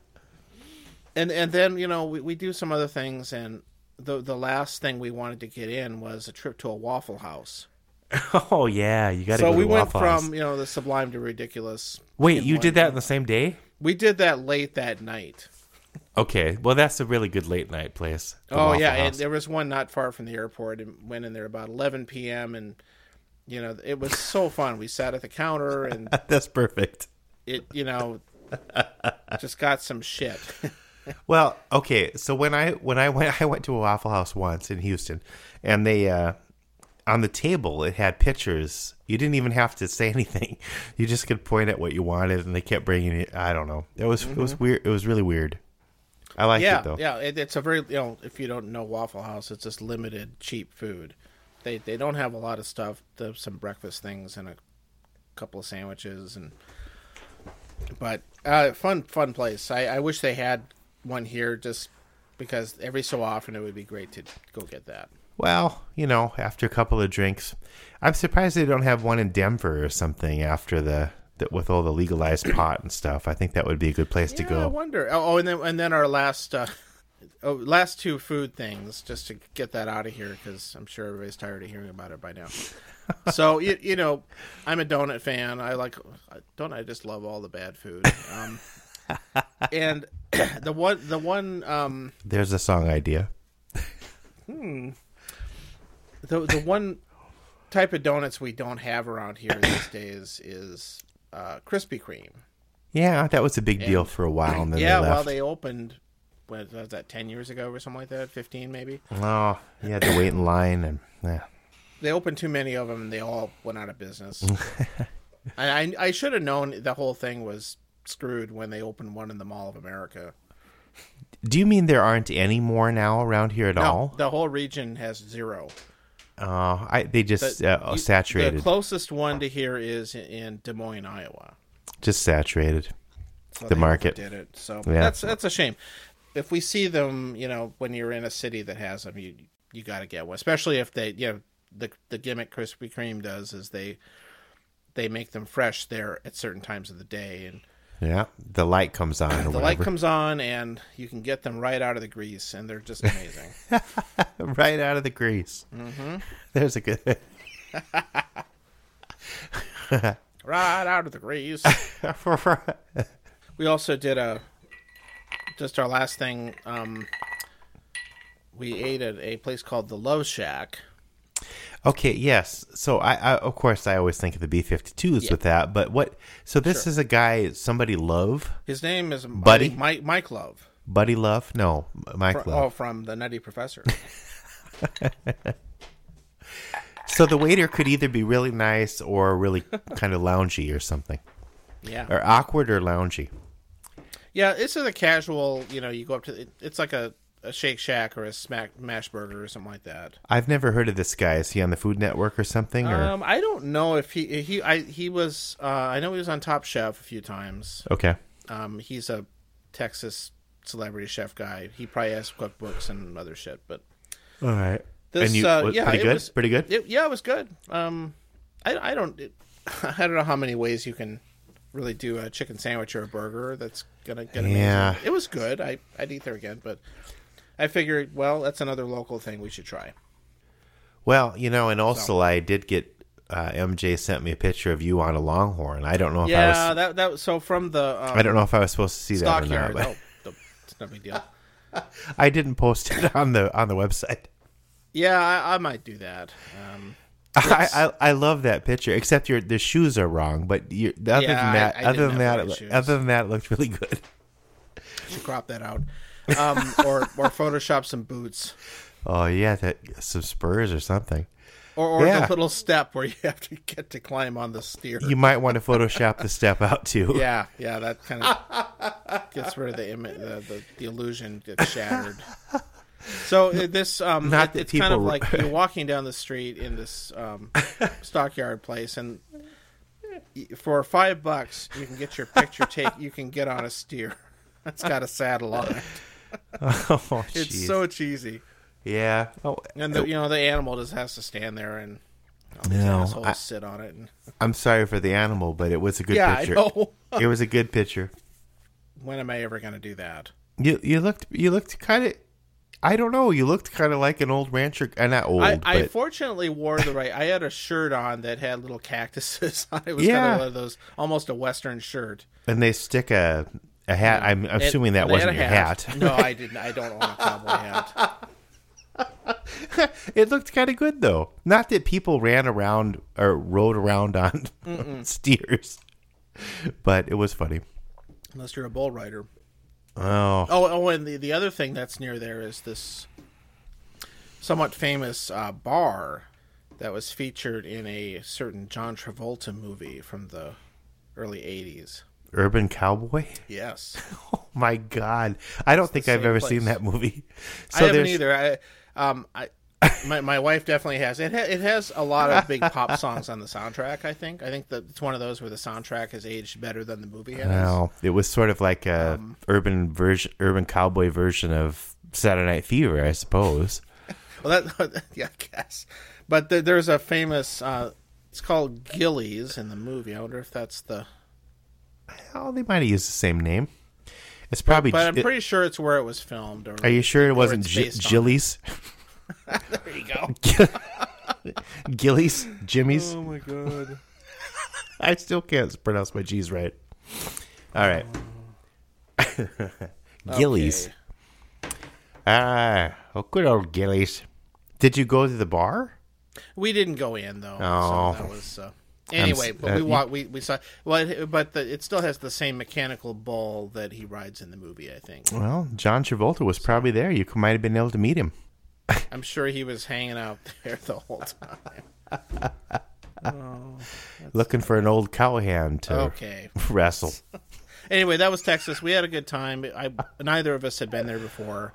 [SPEAKER 1] and and then you know we, we do some other things, and the the last thing we wanted to get in was a trip to a Waffle House.
[SPEAKER 2] oh yeah, you got to
[SPEAKER 1] So
[SPEAKER 2] go to
[SPEAKER 1] we went
[SPEAKER 2] Waffle House.
[SPEAKER 1] from you know the sublime to ridiculous.
[SPEAKER 2] Wait,
[SPEAKER 1] in
[SPEAKER 2] you
[SPEAKER 1] one
[SPEAKER 2] did that
[SPEAKER 1] day.
[SPEAKER 2] on the same day?
[SPEAKER 1] We did that late that night.
[SPEAKER 2] Okay, well that's a really good late night place. the
[SPEAKER 1] oh
[SPEAKER 2] Waffle
[SPEAKER 1] yeah, and
[SPEAKER 2] House.
[SPEAKER 1] there was one not far from the airport, and went in there about eleven p.m. and you know it was so fun. We sat at the counter, and
[SPEAKER 2] that's perfect.
[SPEAKER 1] it you know just got some shit.
[SPEAKER 2] Well, okay. So when I when I went I went to a Waffle House once in Houston, and they uh, on the table it had pictures you didn't even have to say anything you just could point at what you wanted and they kept bringing it i don't know it was it was weird it was really weird i liked it
[SPEAKER 1] yeah,
[SPEAKER 2] though
[SPEAKER 1] yeah. It, it's a very you know if you don't know Waffle House, it's just limited cheap food. They they don't have a lot of stuff. There's some breakfast things and a couple of sandwiches and but uh, fun fun place. I, I wish they had one here just because every so often it would be great to go get that.
[SPEAKER 2] well you know after a couple of drinks i'm surprised they don't have one in denver or something after the that with all the legalized pot and stuff i think that would be a good place to
[SPEAKER 1] yeah, I
[SPEAKER 2] go
[SPEAKER 1] wonder. Oh, oh, and then and then our last uh, oh, last two food things, just to get that out of here, because I'm sure everybody's tired of hearing about it by now. so you, you know, I'm a donut fan. I like donut. I just love all the bad food. Um, and the one the one um,
[SPEAKER 2] there's a song idea
[SPEAKER 1] the the one type of donuts we don't have around here these days is uh, Krispy Kreme.
[SPEAKER 2] yeah that was a big deal for a while and then
[SPEAKER 1] Yeah,
[SPEAKER 2] they left
[SPEAKER 1] well, they opened. What was that? Ten years ago, or something like that? Fifteen, maybe.
[SPEAKER 2] oh you had to wait in line and yeah
[SPEAKER 1] they opened too many of them and they all went out of business. and I, I should have known the whole thing was screwed when they opened one in the Mall of America.
[SPEAKER 2] Do you mean there aren't any more now around here at all?
[SPEAKER 1] The whole region has zero.
[SPEAKER 2] Uh, I, they just uh,
[SPEAKER 1] You-
[SPEAKER 2] saturated,
[SPEAKER 1] The closest one to here is in Des Moines, Iowa.
[SPEAKER 2] just saturated.
[SPEAKER 1] So
[SPEAKER 2] The
[SPEAKER 1] they
[SPEAKER 2] market.
[SPEAKER 1] did it. So
[SPEAKER 2] Yeah.
[SPEAKER 1] that's that's a shame. If we see them, you know, when you're in a city that has them, you you got to get one. Especially if they, you know, the the gimmick Krispy Kreme does is they they make them fresh there at certain times of the day and
[SPEAKER 2] Yeah, the light comes on. or
[SPEAKER 1] the light
[SPEAKER 2] whatever.
[SPEAKER 1] comes on and you can get them right out of the grease and they're just amazing
[SPEAKER 2] right out of the grease. Mm-hmm. There's a good
[SPEAKER 1] right out of the grease we also did a just our last thing um we ate at a place called the love shack
[SPEAKER 2] Okay, yes. So I, I of course I always think of the B52s with that, but what so this is a guy somebody love,
[SPEAKER 1] his name is Mike-
[SPEAKER 2] Buddy?
[SPEAKER 1] mike, mike love
[SPEAKER 2] Buddy Love? No, Mike
[SPEAKER 1] Fr-
[SPEAKER 2] Love.
[SPEAKER 1] oh from the nutty professor
[SPEAKER 2] So the waiter could either be really nice or really kind of loungy or something.
[SPEAKER 1] yeah
[SPEAKER 2] Or awkward or loungy.
[SPEAKER 1] yeah this is a casual you know you go up to it, it's like a, a shake shack or a smack mash burger or something like that
[SPEAKER 2] I've never heard of this guy. Is he on the Food Network or something? Or
[SPEAKER 1] um i don't know if he he i he was uh i know he was on top chef a few times
[SPEAKER 2] okay,
[SPEAKER 1] Um, he's a Texas celebrity chef guy. He probably has cookbooks and other shit. But
[SPEAKER 2] all right.
[SPEAKER 1] this,
[SPEAKER 2] and you,
[SPEAKER 1] uh,
[SPEAKER 2] what-
[SPEAKER 1] yeah,
[SPEAKER 2] pretty
[SPEAKER 1] it
[SPEAKER 2] good,
[SPEAKER 1] was-
[SPEAKER 2] pretty good.
[SPEAKER 1] it, yeah, it was good. Um, I, I don't, it, I don't know how many ways you can really do a chicken sandwich or a burger that's gonna get amazing.
[SPEAKER 2] Yeah.
[SPEAKER 1] It was good. I I'd eat there again, but I figured, well, that's another local thing we should try.
[SPEAKER 2] well, you know, and also I did get uh, MJ sent me a picture of you on a Longhorn. I don't know if I
[SPEAKER 1] Yeah,
[SPEAKER 2] was.
[SPEAKER 1] that that so from the um,
[SPEAKER 2] I don't know if I was supposed to see that or
[SPEAKER 1] stock
[SPEAKER 2] not.
[SPEAKER 1] yard.
[SPEAKER 2] But
[SPEAKER 1] Oh, the- it's no big deal.
[SPEAKER 2] I didn't post it on the on the website.
[SPEAKER 1] Yeah, I, I might do that. Um,
[SPEAKER 2] I, I I love that picture. Except your the shoes are wrong. But you,
[SPEAKER 1] Yeah,
[SPEAKER 2] other than that,
[SPEAKER 1] I- I
[SPEAKER 2] other
[SPEAKER 1] didn't have
[SPEAKER 2] than that,
[SPEAKER 1] the
[SPEAKER 2] it
[SPEAKER 1] right
[SPEAKER 2] loo-
[SPEAKER 1] shoes.
[SPEAKER 2] other than that, it looked really good.
[SPEAKER 1] should crop that out, um, or or Photoshop some boots.
[SPEAKER 2] Oh yeah, that some spurs or something.
[SPEAKER 1] Or, or
[SPEAKER 2] Yeah.
[SPEAKER 1] the little step where you have to get to climb on the steer.
[SPEAKER 2] You might want to Photoshop the step out too.
[SPEAKER 1] yeah, yeah, that kind of gets rid of the, ima- the the the illusion gets shattered. So uh, this um,
[SPEAKER 2] Not
[SPEAKER 1] it-
[SPEAKER 2] that
[SPEAKER 1] it's kind of
[SPEAKER 2] people-
[SPEAKER 1] like you're walking down the street in this um, stockyard place, and y- for five bucks you can get your picture take. You can get on a steer. That's got a saddle on it.
[SPEAKER 2] Oh,
[SPEAKER 1] It's
[SPEAKER 2] jeez.
[SPEAKER 1] so cheesy,
[SPEAKER 2] yeah. Oh,
[SPEAKER 1] and the, you know the animal just has to stand there and all these
[SPEAKER 2] No,
[SPEAKER 1] assholes
[SPEAKER 2] I-
[SPEAKER 1] sit on it. And,
[SPEAKER 2] I'm sorry for the animal, but it was a good
[SPEAKER 1] yeah,
[SPEAKER 2] picture.
[SPEAKER 1] I know.
[SPEAKER 2] It was a good picture.
[SPEAKER 1] when am I ever going to do that?
[SPEAKER 2] You you looked you looked kind of I don't know, you looked kind of like an old rancher, uh, not old,
[SPEAKER 1] I, I
[SPEAKER 2] but
[SPEAKER 1] fortunately wore the right. I had a shirt on that had little cactuses on it. It was kind
[SPEAKER 2] Yeah.
[SPEAKER 1] of one of those, almost a Western shirt.
[SPEAKER 2] and they stick a a hat. I'm
[SPEAKER 1] It-
[SPEAKER 2] assuming that
[SPEAKER 1] they had
[SPEAKER 2] wasn't
[SPEAKER 1] a
[SPEAKER 2] your hat.
[SPEAKER 1] no, I didn't. I don't own a cowboy hat.
[SPEAKER 2] It looked kind of good though. Not that people ran around or rode around on steers, but it was funny.
[SPEAKER 1] Unless you're a bull rider.
[SPEAKER 2] Oh,
[SPEAKER 1] Oh, oh, and the, the other thing that's near there is this somewhat famous uh, bar that was featured in a certain John Travolta movie from the early 80s.
[SPEAKER 2] Urban Cowboy?
[SPEAKER 1] Yes.
[SPEAKER 2] Oh my god. I don't think I've
[SPEAKER 1] same
[SPEAKER 2] ever
[SPEAKER 1] place.
[SPEAKER 2] seen that movie.
[SPEAKER 1] I haven't
[SPEAKER 2] there's-
[SPEAKER 1] either. I, um, I, my, my wife definitely has. It, ha- it has a lot of big pop songs on the soundtrack, I think. I think that it's one of those where the soundtrack has aged better than the movie has.
[SPEAKER 2] No, it was sort of like a
[SPEAKER 1] Um,
[SPEAKER 2] urban version, urban cowboy version of Saturday Night Fever, I suppose.
[SPEAKER 1] Well, that, yeah, I guess. But there, there's a famous. Uh, it's called Gillies in the movie. I wonder if that's the.
[SPEAKER 2] Oh, they might have used the same name. It's probably.
[SPEAKER 1] But I'm
[SPEAKER 2] it-
[SPEAKER 1] pretty sure it's where it was filmed. Or
[SPEAKER 2] are you sure it wasn't
[SPEAKER 1] it's
[SPEAKER 2] G-
[SPEAKER 1] based on it.
[SPEAKER 2] Gillies?
[SPEAKER 1] There you go.
[SPEAKER 2] Gillies? Jimmy's?
[SPEAKER 1] Oh my god.
[SPEAKER 2] I still can't pronounce my G's right. All right. Gillies. Ah, oh, good old Gillies. Did you go to the bar?
[SPEAKER 1] We didn't go in though.
[SPEAKER 2] Oh.
[SPEAKER 1] So that was. Uh, anyway,
[SPEAKER 2] s-
[SPEAKER 1] but
[SPEAKER 2] uh,
[SPEAKER 1] we
[SPEAKER 2] you-
[SPEAKER 1] wa- we we saw. Well, it, but the, it still has the same mechanical ball that he rides in the movie. I think.
[SPEAKER 2] Well, John Travolta was probably there. You c- might have been able to meet him.
[SPEAKER 1] I'm sure he was hanging out there the whole time.
[SPEAKER 2] looking for an old cowhand to
[SPEAKER 1] Okay.
[SPEAKER 2] wrestle.
[SPEAKER 1] Anyway, that was Texas. We had a good time. I neither of us had been there before.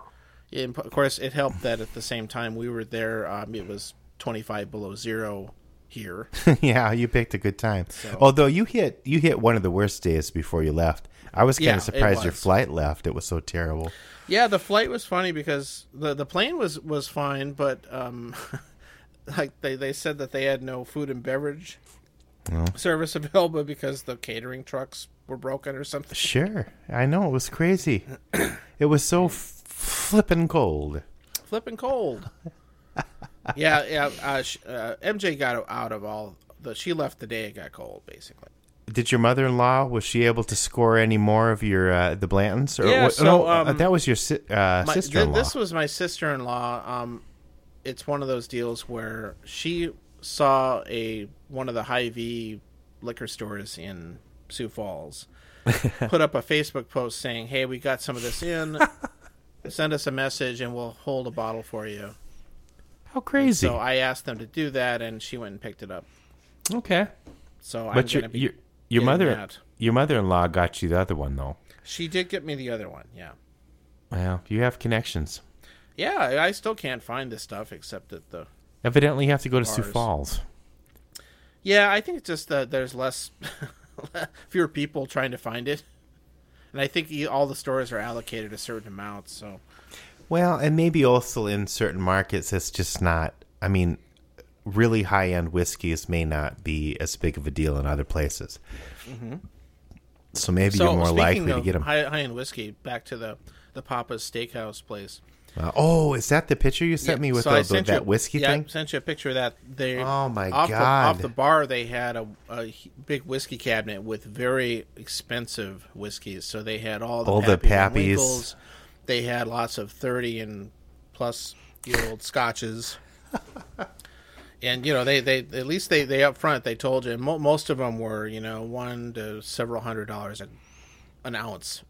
[SPEAKER 1] And of course, it helped that at the same time we were there, um, it was 25 below zero here.
[SPEAKER 2] yeah, you picked a good time. Although you hit you hit one of the worst days before you left. I was kind
[SPEAKER 1] Yeah,
[SPEAKER 2] of
[SPEAKER 1] it
[SPEAKER 2] surprised your
[SPEAKER 1] was.
[SPEAKER 2] flight left. It was so terrible.
[SPEAKER 1] Yeah, the flight was funny because the the plane was was fine, but um, like they they said that they had no food and beverage service available because the catering trucks were broken or something.
[SPEAKER 2] Sure, I know it was crazy. it was so f- flippin' cold.
[SPEAKER 1] flipping cold. yeah, yeah. Uh, sh- uh, MJ got out of all the. She left the day it got cold, basically.
[SPEAKER 2] Did your mother-in-law was she able to score any more of your uh, the Blantons? Or
[SPEAKER 1] Yeah,
[SPEAKER 2] what-
[SPEAKER 1] so,
[SPEAKER 2] no, uh,
[SPEAKER 1] um,
[SPEAKER 2] that was your si- uh,
[SPEAKER 1] My, th-
[SPEAKER 2] sister-in-law.
[SPEAKER 1] this was my sister in law. Um, it's one of those deals where she saw a one of the high V liquor stores in Sioux Falls put up a Facebook post saying, "Hey, we got some of this in. Send us a message, and we'll hold a bottle for you."
[SPEAKER 2] How crazy!
[SPEAKER 1] So I asked them to do that, and she went and picked it up.
[SPEAKER 2] okay,
[SPEAKER 1] So I'm
[SPEAKER 2] but your
[SPEAKER 1] gonna be.
[SPEAKER 2] your, your
[SPEAKER 1] getting
[SPEAKER 2] mother
[SPEAKER 1] that.
[SPEAKER 2] your mother-in-law got you the other one though.
[SPEAKER 1] She did get me the other one. Yeah.
[SPEAKER 2] Well, you have connections.
[SPEAKER 1] Yeah, I I still can't find this stuff except at the.
[SPEAKER 2] Evidently, you have to go to Sioux
[SPEAKER 1] Bars.
[SPEAKER 2] Falls.
[SPEAKER 1] Yeah, I think it's just that there's less, fewer people trying to find it, and I think e- all the stores are allocated a certain amount. So
[SPEAKER 2] Well, and maybe also in certain markets, it's just not. I mean, really high end whiskeys may not be as big of a deal in other places. So maybe
[SPEAKER 1] Mm-hmm. so
[SPEAKER 2] you're more
[SPEAKER 1] speaking
[SPEAKER 2] likely to
[SPEAKER 1] of
[SPEAKER 2] get them.
[SPEAKER 1] high high end whiskey, back to the the Papa's Steakhouse place.
[SPEAKER 2] oh, is that the picture you sent me with
[SPEAKER 1] so
[SPEAKER 2] the-
[SPEAKER 1] I
[SPEAKER 2] the-
[SPEAKER 1] sent you-
[SPEAKER 2] that whiskey
[SPEAKER 1] yeah, I
[SPEAKER 2] thing?
[SPEAKER 1] sent you a picture of that. They
[SPEAKER 2] Oh, my
[SPEAKER 1] off the,
[SPEAKER 2] God.
[SPEAKER 1] off the bar they had a, a h- big whiskey cabinet with very expensive whiskeys. So they had all the
[SPEAKER 2] All the
[SPEAKER 1] Van
[SPEAKER 2] Pappies.
[SPEAKER 1] Winkles. They had lots of thirty and plus year old scotches. And you know they, they at least they they up front they told you and mo- most of them were you know one to several hundred dollars a, an ounce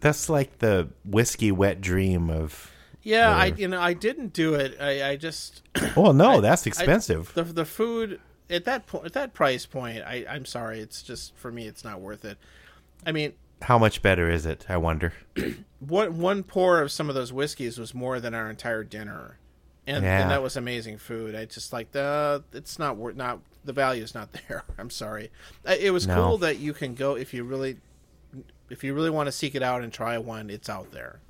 [SPEAKER 2] That's like the whiskey wet dream of.
[SPEAKER 1] yeah I
[SPEAKER 2] Whatever.
[SPEAKER 1] you know I didn't do it I, I just
[SPEAKER 2] Oh no, that's
[SPEAKER 1] I-
[SPEAKER 2] expensive.
[SPEAKER 1] the the food at that point at that price point, I I'm sorry, it's just for me, it's not worth it. I mean,
[SPEAKER 2] How much better is it? I wonder.
[SPEAKER 1] one one pour of some of those whiskeys was more than our entire dinner, and,
[SPEAKER 2] Yeah.
[SPEAKER 1] and that was amazing food. I just like the it's not worth not the value's not there. I'm sorry. I, it was
[SPEAKER 2] No.
[SPEAKER 1] cool that you can go if you really if you really want to seek it out and try one. It's out there.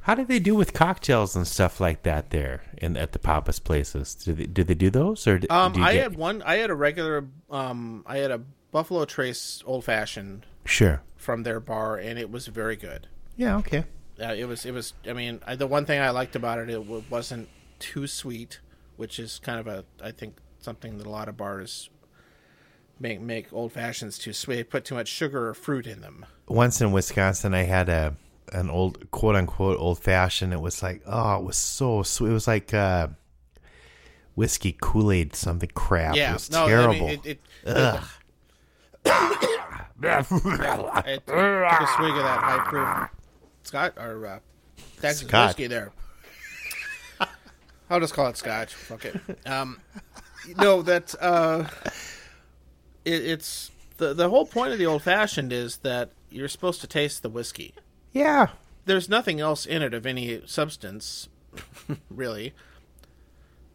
[SPEAKER 2] How do they do with cocktails and stuff like that there in at the Papa's places? Do they do, they do those or d-
[SPEAKER 1] Um,
[SPEAKER 2] do you
[SPEAKER 1] I
[SPEAKER 2] get-
[SPEAKER 1] had one. I had a regular. Um, I had a Buffalo Trace old fashioned
[SPEAKER 2] sure?
[SPEAKER 1] from their bar, and it was very good.
[SPEAKER 2] Yeah, okay.
[SPEAKER 1] uh, it was it was i mean I, the one thing i liked about it it w- wasn't too sweet which is kind of a i think something that a lot of bars make make old fashions too sweet they put too much sugar or fruit in them
[SPEAKER 2] once in Wisconsin, I had a an old quote unquote old fashioned. It was like oh, it was so sweet. It was like uh, whiskey Kool Aid something crap. it
[SPEAKER 1] yeah
[SPEAKER 2] was
[SPEAKER 1] no
[SPEAKER 2] terrible.
[SPEAKER 1] i mean it, it, I took a swig of that high proof scotch or uh, Texas
[SPEAKER 2] Scotch.
[SPEAKER 1] whiskey there. I'll just call it scotch. Fuck it. Um, no, that's uh, it, it's the the whole point of the old fashioned is that you're supposed to taste the whiskey.
[SPEAKER 2] Yeah.
[SPEAKER 1] There's nothing else in it of any substance, really.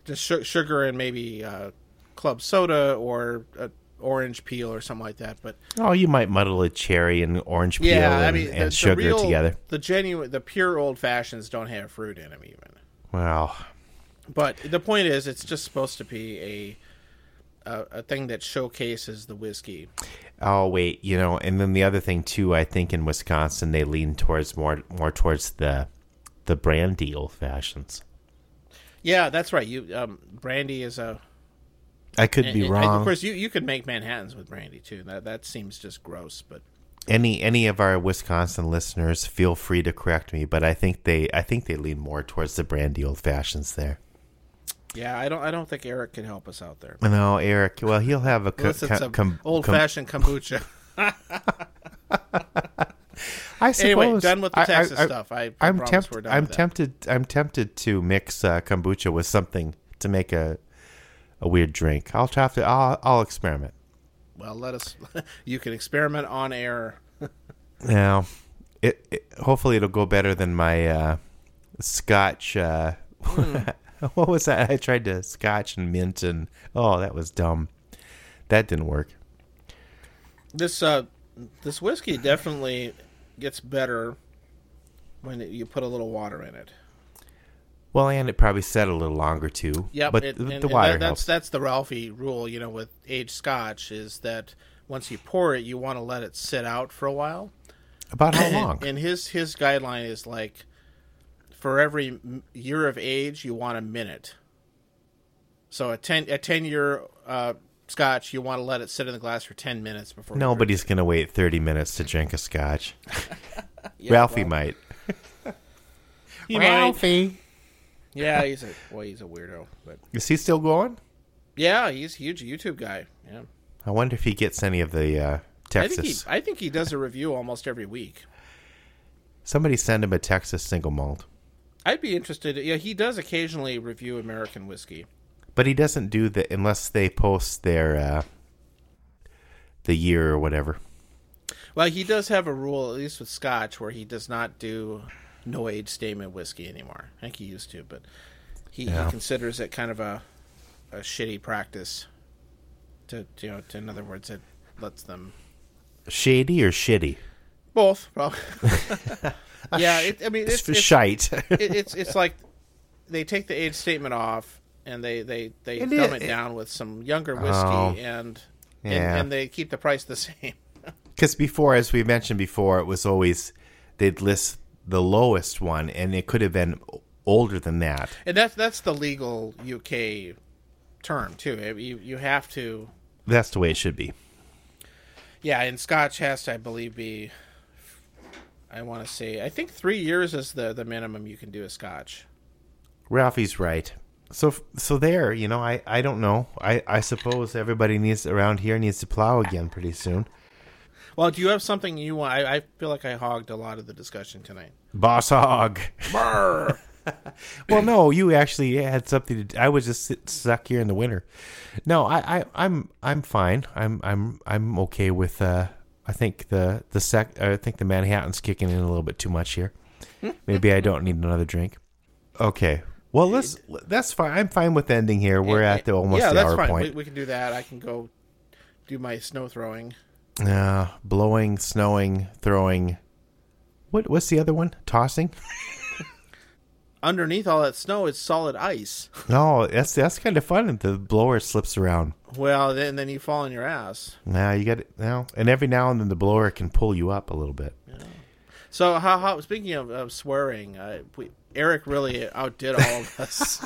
[SPEAKER 1] Just su- sugar and maybe uh, club soda or a orange peel or something like that. But
[SPEAKER 2] Oh, you might muddle a cherry and orange peel
[SPEAKER 1] yeah,
[SPEAKER 2] and,
[SPEAKER 1] I mean,
[SPEAKER 2] and
[SPEAKER 1] the,
[SPEAKER 2] sugar
[SPEAKER 1] the real,
[SPEAKER 2] together.
[SPEAKER 1] The genuine, the pure old fashions don't have fruit in them even.
[SPEAKER 2] Wow.
[SPEAKER 1] But the point is, it's just supposed to be a a, a thing that showcases the whiskey.
[SPEAKER 2] Oh wait, you know, and then the other thing too, I think in Wisconsin they lean towards more more towards the the brandy old fashions.
[SPEAKER 1] Yeah, that's right. You um, brandy is a.
[SPEAKER 2] I could
[SPEAKER 1] and-
[SPEAKER 2] be
[SPEAKER 1] and- and
[SPEAKER 2] wrong.
[SPEAKER 1] of course, you, you could make Manhattans with brandy too. That that seems just gross, but
[SPEAKER 2] any any of our Wisconsin listeners, feel free to correct me, but I think they I think they lean more towards the brandy old fashions there.
[SPEAKER 1] yeah, I don't I don't think Eric can help us out there.
[SPEAKER 2] No, Eric. Well, he'll have a co-
[SPEAKER 1] Unless it's
[SPEAKER 2] co-
[SPEAKER 1] a
[SPEAKER 2] com-
[SPEAKER 1] old
[SPEAKER 2] com-
[SPEAKER 1] fashioned kombucha.
[SPEAKER 2] I suppose.
[SPEAKER 1] anyway, done with the
[SPEAKER 2] I- I-
[SPEAKER 1] Texas
[SPEAKER 2] I-
[SPEAKER 1] stuff. I, I
[SPEAKER 2] I'm
[SPEAKER 1] promise
[SPEAKER 2] tempted.
[SPEAKER 1] we're done
[SPEAKER 2] I'm
[SPEAKER 1] with that.
[SPEAKER 2] tempted. I'm tempted to mix uh, kombucha with something to make a a weird drink. I'll try to. I'll, I'll experiment.
[SPEAKER 1] Well, let us. you can experiment on air.
[SPEAKER 2] Now, it, it hopefully it'll go better than my uh, Scotch. Uh,
[SPEAKER 1] Hmm.
[SPEAKER 2] what was that? I tried to Scotch and mint and oh, that was dumb. That didn't work.
[SPEAKER 1] This uh, this whiskey definitely gets better when you put a little water in it.
[SPEAKER 2] Well, and it probably set a little longer too.
[SPEAKER 1] Yep,
[SPEAKER 2] but
[SPEAKER 1] it-
[SPEAKER 2] the,
[SPEAKER 1] and- and
[SPEAKER 2] the
[SPEAKER 1] that-
[SPEAKER 2] water
[SPEAKER 1] that's
[SPEAKER 2] helps.
[SPEAKER 1] that's the Ralphie rule, you know, with aged Scotch is that once you pour it, you want to let it sit out for a while.
[SPEAKER 2] About how
[SPEAKER 1] And-
[SPEAKER 2] long?
[SPEAKER 1] And, his his guideline is like, for every m- year of age, you want a minute. So a ten a ten year uh, Scotch, you want to let it sit in the glass for ten minutes before. you drink.
[SPEAKER 2] Nobody's gonna wait thirty minutes to drink a Scotch. Ralphie might.
[SPEAKER 1] You might- Yeah, he's a well, he's a weirdo, but
[SPEAKER 2] Is he still going?
[SPEAKER 1] yeah, he's a huge YouTube guy. Yeah,
[SPEAKER 2] I wonder if he gets any of the uh,
[SPEAKER 1] I think he
[SPEAKER 2] Texas.
[SPEAKER 1] I think he does a review almost every week.
[SPEAKER 2] Somebody send him a Texas single malt.
[SPEAKER 1] I'd be interested. Yeah, he does occasionally review American whiskey.
[SPEAKER 2] But he doesn't do that unless they post their uh, the year or whatever.
[SPEAKER 1] Well, he does have a rule, at least with Scotch, where he does not do no age statement whiskey anymore. I think he used to, but he,
[SPEAKER 2] Yeah.
[SPEAKER 1] he considers it kind of a a shitty practice. To you know, to, in other words, it lets them
[SPEAKER 2] Shady or shitty?
[SPEAKER 1] both. Probably. yeah, it, I mean,
[SPEAKER 2] It's,
[SPEAKER 1] it's, it's,
[SPEAKER 2] shite.
[SPEAKER 1] it, it's it's like they take the age statement off and they they they
[SPEAKER 2] It
[SPEAKER 1] dumb
[SPEAKER 2] is-
[SPEAKER 1] it, down with some younger whiskey
[SPEAKER 2] Oh.
[SPEAKER 1] and,
[SPEAKER 2] Yeah.
[SPEAKER 1] and and they keep the price the same.
[SPEAKER 2] Because before, as we mentioned before, it was always they'd list the lowest one, and it could have been o- older than that.
[SPEAKER 1] And that's that's the legal UK term too. I- You you have to
[SPEAKER 2] That's the way it should be.
[SPEAKER 1] yeah. And Scotch has to, I believe, be I want to say I think three years is the the minimum you can do a Scotch.
[SPEAKER 2] Ralphie's right. So, f- so there, you know, I, I don't know. I, I suppose everybody needs around here needs to plow again pretty soon.
[SPEAKER 1] Well, do you have something you want? I, I feel like I hogged a lot of the discussion tonight.
[SPEAKER 2] Boss hog. well, no, you actually had something to. I was just sit, stuck here in the winter. No, I, I, I'm, I'm fine. I'm, I'm, I'm okay with. Uh, I think the the sec. I think the Manhattan's kicking in a little bit too much here. Maybe I don't need another drink. Okay. Well, let's. That's fine. I'm fine with ending here. We're at the almost
[SPEAKER 1] yeah,
[SPEAKER 2] the
[SPEAKER 1] that's
[SPEAKER 2] hour
[SPEAKER 1] fine.
[SPEAKER 2] point.
[SPEAKER 1] We, we can do that. I can go do my snow throwing.
[SPEAKER 2] Uh, blowing, snowing, throwing. What? What's the other one? Tossing.
[SPEAKER 1] underneath all that snow is solid ice.
[SPEAKER 2] No, that's that's kind of fun. if The blower slips around.
[SPEAKER 1] Well, then then you fall on your ass.
[SPEAKER 2] Now you got it. Now and every now and then the blower can pull you up a little bit.
[SPEAKER 1] So how how speaking of, of swearing, uh, we, Eric really outdid all of us.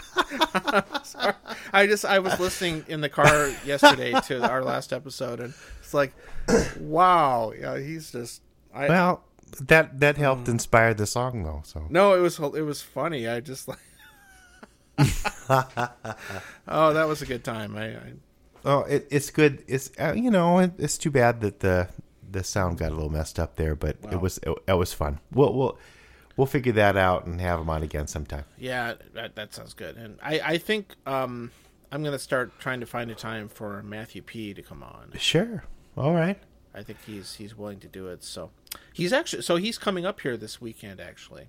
[SPEAKER 1] Sorry. I just I was listening in the car yesterday to our last episode, and it's like, wow, yeah, he's just. I,
[SPEAKER 2] Well, that that helped inspire the song though. So
[SPEAKER 1] no, it was it was funny. I just like. oh, that was a good time. I, I
[SPEAKER 2] oh, it, it's good. It's uh, you know it, it's too bad that the the sound got a little messed up there, but it was it, it was fun. We'll we'll we'll figure that out and have them on again sometime.
[SPEAKER 1] Yeah, that, that sounds good. And I, I think um, I'm gonna start trying to find a time for Matthew P to come on.
[SPEAKER 5] Sure. All right.
[SPEAKER 1] I think he's he's willing to do it. So he's actually so he's coming up here this weekend actually.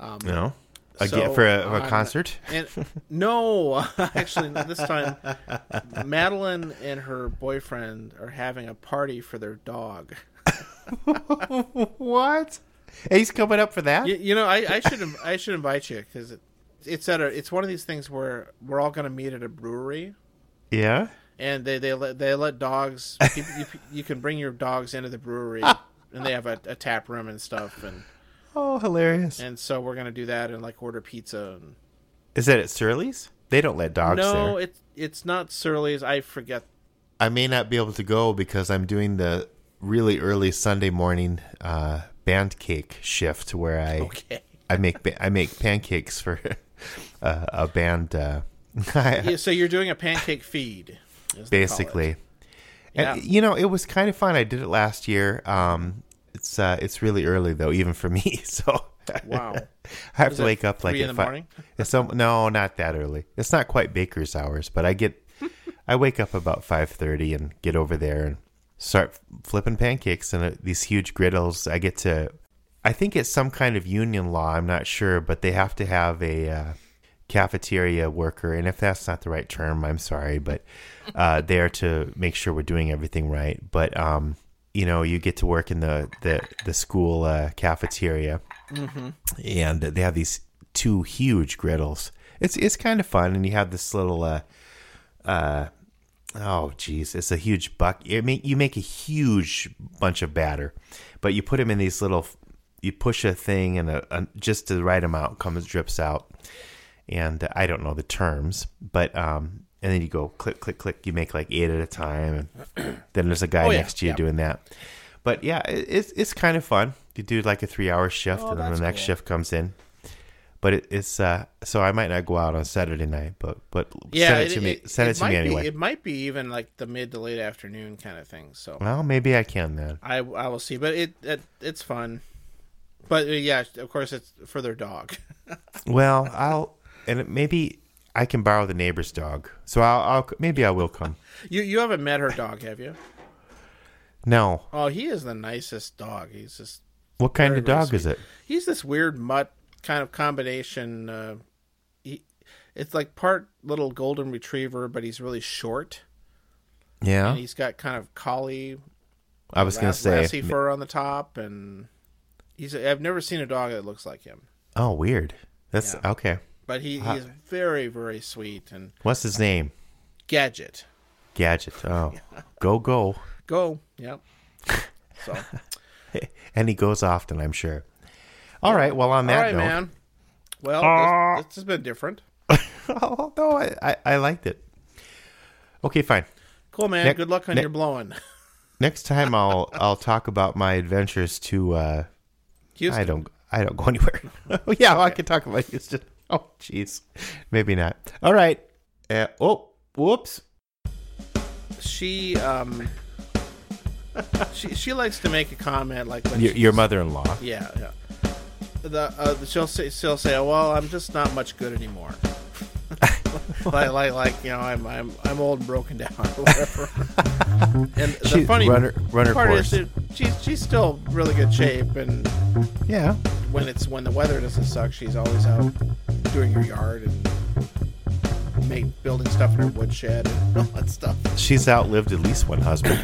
[SPEAKER 5] no. Again
[SPEAKER 1] So,
[SPEAKER 5] for a, for a
[SPEAKER 1] on-
[SPEAKER 5] concert.
[SPEAKER 1] And no, actually this time Madeline and her boyfriend are having a party for their dog.
[SPEAKER 5] What? He's coming up for that.
[SPEAKER 1] You, you know, I, I should I should invite you because it, it's at a it's one of these things where we're all gonna meet at a brewery.
[SPEAKER 5] Yeah.
[SPEAKER 1] and they they let they let dogs. You, you, you can bring your dogs into the brewery, and they have a, a tap room and stuff. And
[SPEAKER 5] Oh, hilarious.
[SPEAKER 1] and so we're gonna do that and like order pizza. And...
[SPEAKER 5] Is that at Surly's? They don't let dogs
[SPEAKER 1] No,
[SPEAKER 5] there.
[SPEAKER 1] it's it's not Surly's. I forget.
[SPEAKER 5] I may not be able to go because I'm doing the really early Sunday morning uh, band cake shift where I
[SPEAKER 1] Okay.
[SPEAKER 5] I make ba- I make pancakes for uh, a band. Uh,
[SPEAKER 1] Yeah, so you're doing a pancake feed, is what they call it.
[SPEAKER 5] basically.
[SPEAKER 1] Yeah.
[SPEAKER 5] And you know, it was kind of fun. I did it last year. Um, it's uh, it's really early though, even for me. So
[SPEAKER 1] Wow.
[SPEAKER 5] I have
[SPEAKER 1] Was
[SPEAKER 5] to
[SPEAKER 1] it
[SPEAKER 5] wake up like
[SPEAKER 1] three in
[SPEAKER 5] at
[SPEAKER 1] the
[SPEAKER 5] fi-
[SPEAKER 1] morning?
[SPEAKER 5] It's some, no, not that early. It's not quite baker's hours, but I get I wake up about five thirty and get over there and start flipping pancakes and uh, these huge griddles. I get to. I think it's some kind of union law. I'm not sure, but they have to have a uh, cafeteria worker, and if that's not the right term, I'm sorry, but uh, there to make sure we're doing everything right. But um, you know, you get to work in the the the school uh, cafeteria, and they have these two huge griddles. It's it's kind of fun, and you have this little uh, oh geez, it's a huge buck. I mean, you make a huge bunch of batter, but you put them in these little. You push a thing, and a, a, just the right amount comes drips out, and uh, I don't know the terms, but um, and then you go click click click. You make like eight at a time, and then there's a guy
[SPEAKER 1] Oh, yeah,
[SPEAKER 5] next to you
[SPEAKER 1] yeah.
[SPEAKER 5] doing that. But yeah, it, it's it's kind of fun. You do like a three hour shift, and then the
[SPEAKER 1] that's
[SPEAKER 5] next
[SPEAKER 1] cool.
[SPEAKER 5] shift comes in. But it, it's uh, so I might not go out on Saturday night, but but
[SPEAKER 1] Yeah,
[SPEAKER 5] send it, to me. send it, to
[SPEAKER 1] might
[SPEAKER 5] me
[SPEAKER 1] be-
[SPEAKER 5] anyway.
[SPEAKER 1] it might be even like the mid to late afternoon kind of thing. So
[SPEAKER 5] Well, maybe I can then.
[SPEAKER 1] I I will see, but it, it it's fun. But uh, yeah, of course it's for their dog.
[SPEAKER 5] Well, I'll and it- maybe I can borrow the neighbor's dog. So I'll, I'll maybe I will come.
[SPEAKER 1] You you haven't met her dog, have you?
[SPEAKER 5] No,
[SPEAKER 1] Oh, he is the nicest dog. He's just
[SPEAKER 5] what kind of
[SPEAKER 1] Very, very
[SPEAKER 5] dog is
[SPEAKER 1] sweet.
[SPEAKER 5] it?
[SPEAKER 1] he's this weird mutt kind of combination. Uh, he, it's like part little golden retriever, but he's really short.
[SPEAKER 5] Yeah,
[SPEAKER 1] And he's got kind of collie,
[SPEAKER 5] I was gonna
[SPEAKER 1] las-
[SPEAKER 5] say.
[SPEAKER 1] lassie fur on the top, and he's. I've never seen a dog that looks like him,
[SPEAKER 5] Oh, weird. That's
[SPEAKER 1] Yeah.
[SPEAKER 5] okay.
[SPEAKER 1] but he, he's very very sweet and
[SPEAKER 5] What's his name?
[SPEAKER 1] gadget.
[SPEAKER 5] Gadget. Oh, go go.
[SPEAKER 1] Go, yep. So
[SPEAKER 5] And he goes often, I'm sure. All right. Well, on that
[SPEAKER 1] all right,
[SPEAKER 5] note, Ah.
[SPEAKER 1] man. Well, this, this has been different.
[SPEAKER 5] oh no, I, I I liked it. Okay, fine.
[SPEAKER 1] Cool, man.
[SPEAKER 5] Nick-
[SPEAKER 1] Good luck on
[SPEAKER 5] Nick-
[SPEAKER 1] your blowing.
[SPEAKER 5] Next time I'll I'll talk about my adventures to uh,
[SPEAKER 1] Houston.
[SPEAKER 5] I don't. I don't go anywhere. oh, yeah, well, I can talk about Houston. Oh, jeez. Maybe not. All right. Uh, oh, whoops.
[SPEAKER 1] she um she she likes to make a comment like when
[SPEAKER 5] Your,
[SPEAKER 1] she-
[SPEAKER 5] your mother-in-law.
[SPEAKER 1] yeah yeah the uh, she'll say she'll say well I'm just not much good anymore like like like you know I'm I'm I'm old and broken down or whatever and the
[SPEAKER 5] She's
[SPEAKER 1] funny
[SPEAKER 5] runner- runner
[SPEAKER 1] part is
[SPEAKER 5] course.
[SPEAKER 1] that she's she's still really good shape and
[SPEAKER 5] Yeah.
[SPEAKER 1] when it's when the weather doesn't suck she's always out doing her yard and make building stuff in her woodshed and all that stuff.
[SPEAKER 5] She's outlived at least one husband.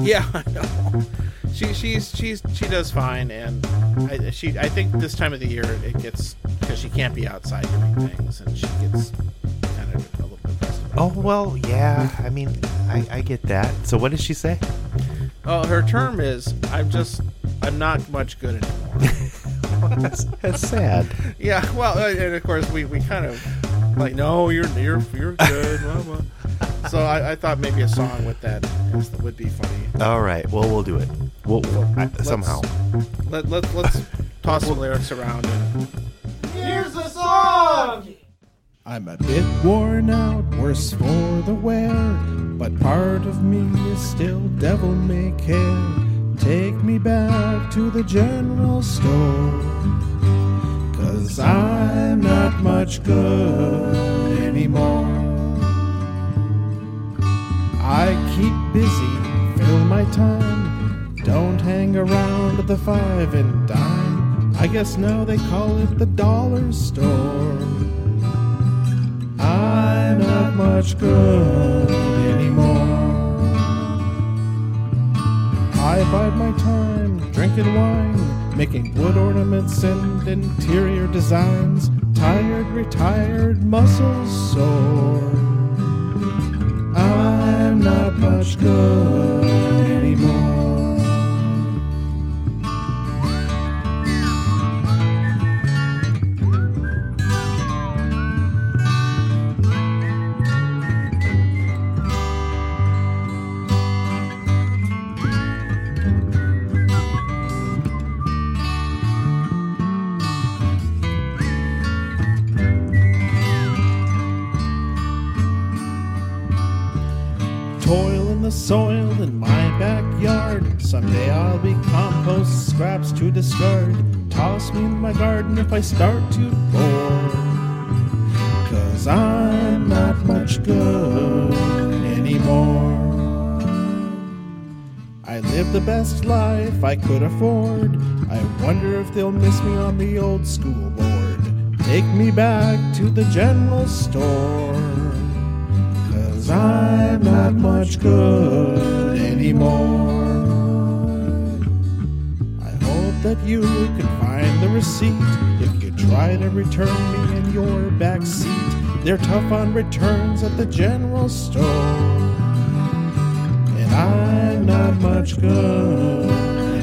[SPEAKER 1] Yeah, I know. She she's she's she does fine, and I, she I think this time of the year it gets because she can't be outside doing things, and she gets kind of a little bit pissed about.
[SPEAKER 5] oh well, yeah. I mean, I, I get that. So what did she say?
[SPEAKER 1] Oh, her term is I'm just I'm not much good anymore.
[SPEAKER 5] That's, that's sad.
[SPEAKER 1] yeah, well, uh, and of course we, we kind of like no, you're you're you're good. blah, blah. So I, I thought maybe a song with that is- would be funny.
[SPEAKER 5] All right. Well, we'll do it. We'll, I-
[SPEAKER 1] Let's-
[SPEAKER 5] somehow.
[SPEAKER 1] Let let let's toss some lyrics around and.
[SPEAKER 2] I'm a bit worn out, worse for the wear, but part of me is still devil may care. Take me back to the general store, cause I'm not much good anymore.
[SPEAKER 1] I keep busy, fill my time. Don't hang around the five and dime. I guess now they call it the dollar store. I'm not much good anymore. I bide my time drinking wine, making wood ornaments and interior designs. Tired, retired, muscles sore. I'm not much good anymore. toil in the soil in my backyard. Someday I'll be compost scraps to discard. Toss me in my garden if I start to bore. Cause I'm not much good anymore. I live the best life I could afford. I wonder if they'll miss me on the old school board. Take me back to the general store. Cause I'm not much good anymore. I hope that you can find the receipt if you try to return me in your back seat. They're tough on returns at the general store. And I'm not much good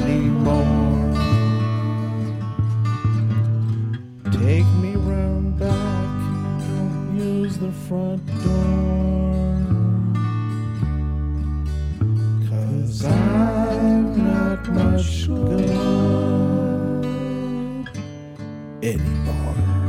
[SPEAKER 1] anymore. Take me round back. Don't use the front door. Cause I'm not much good anymore.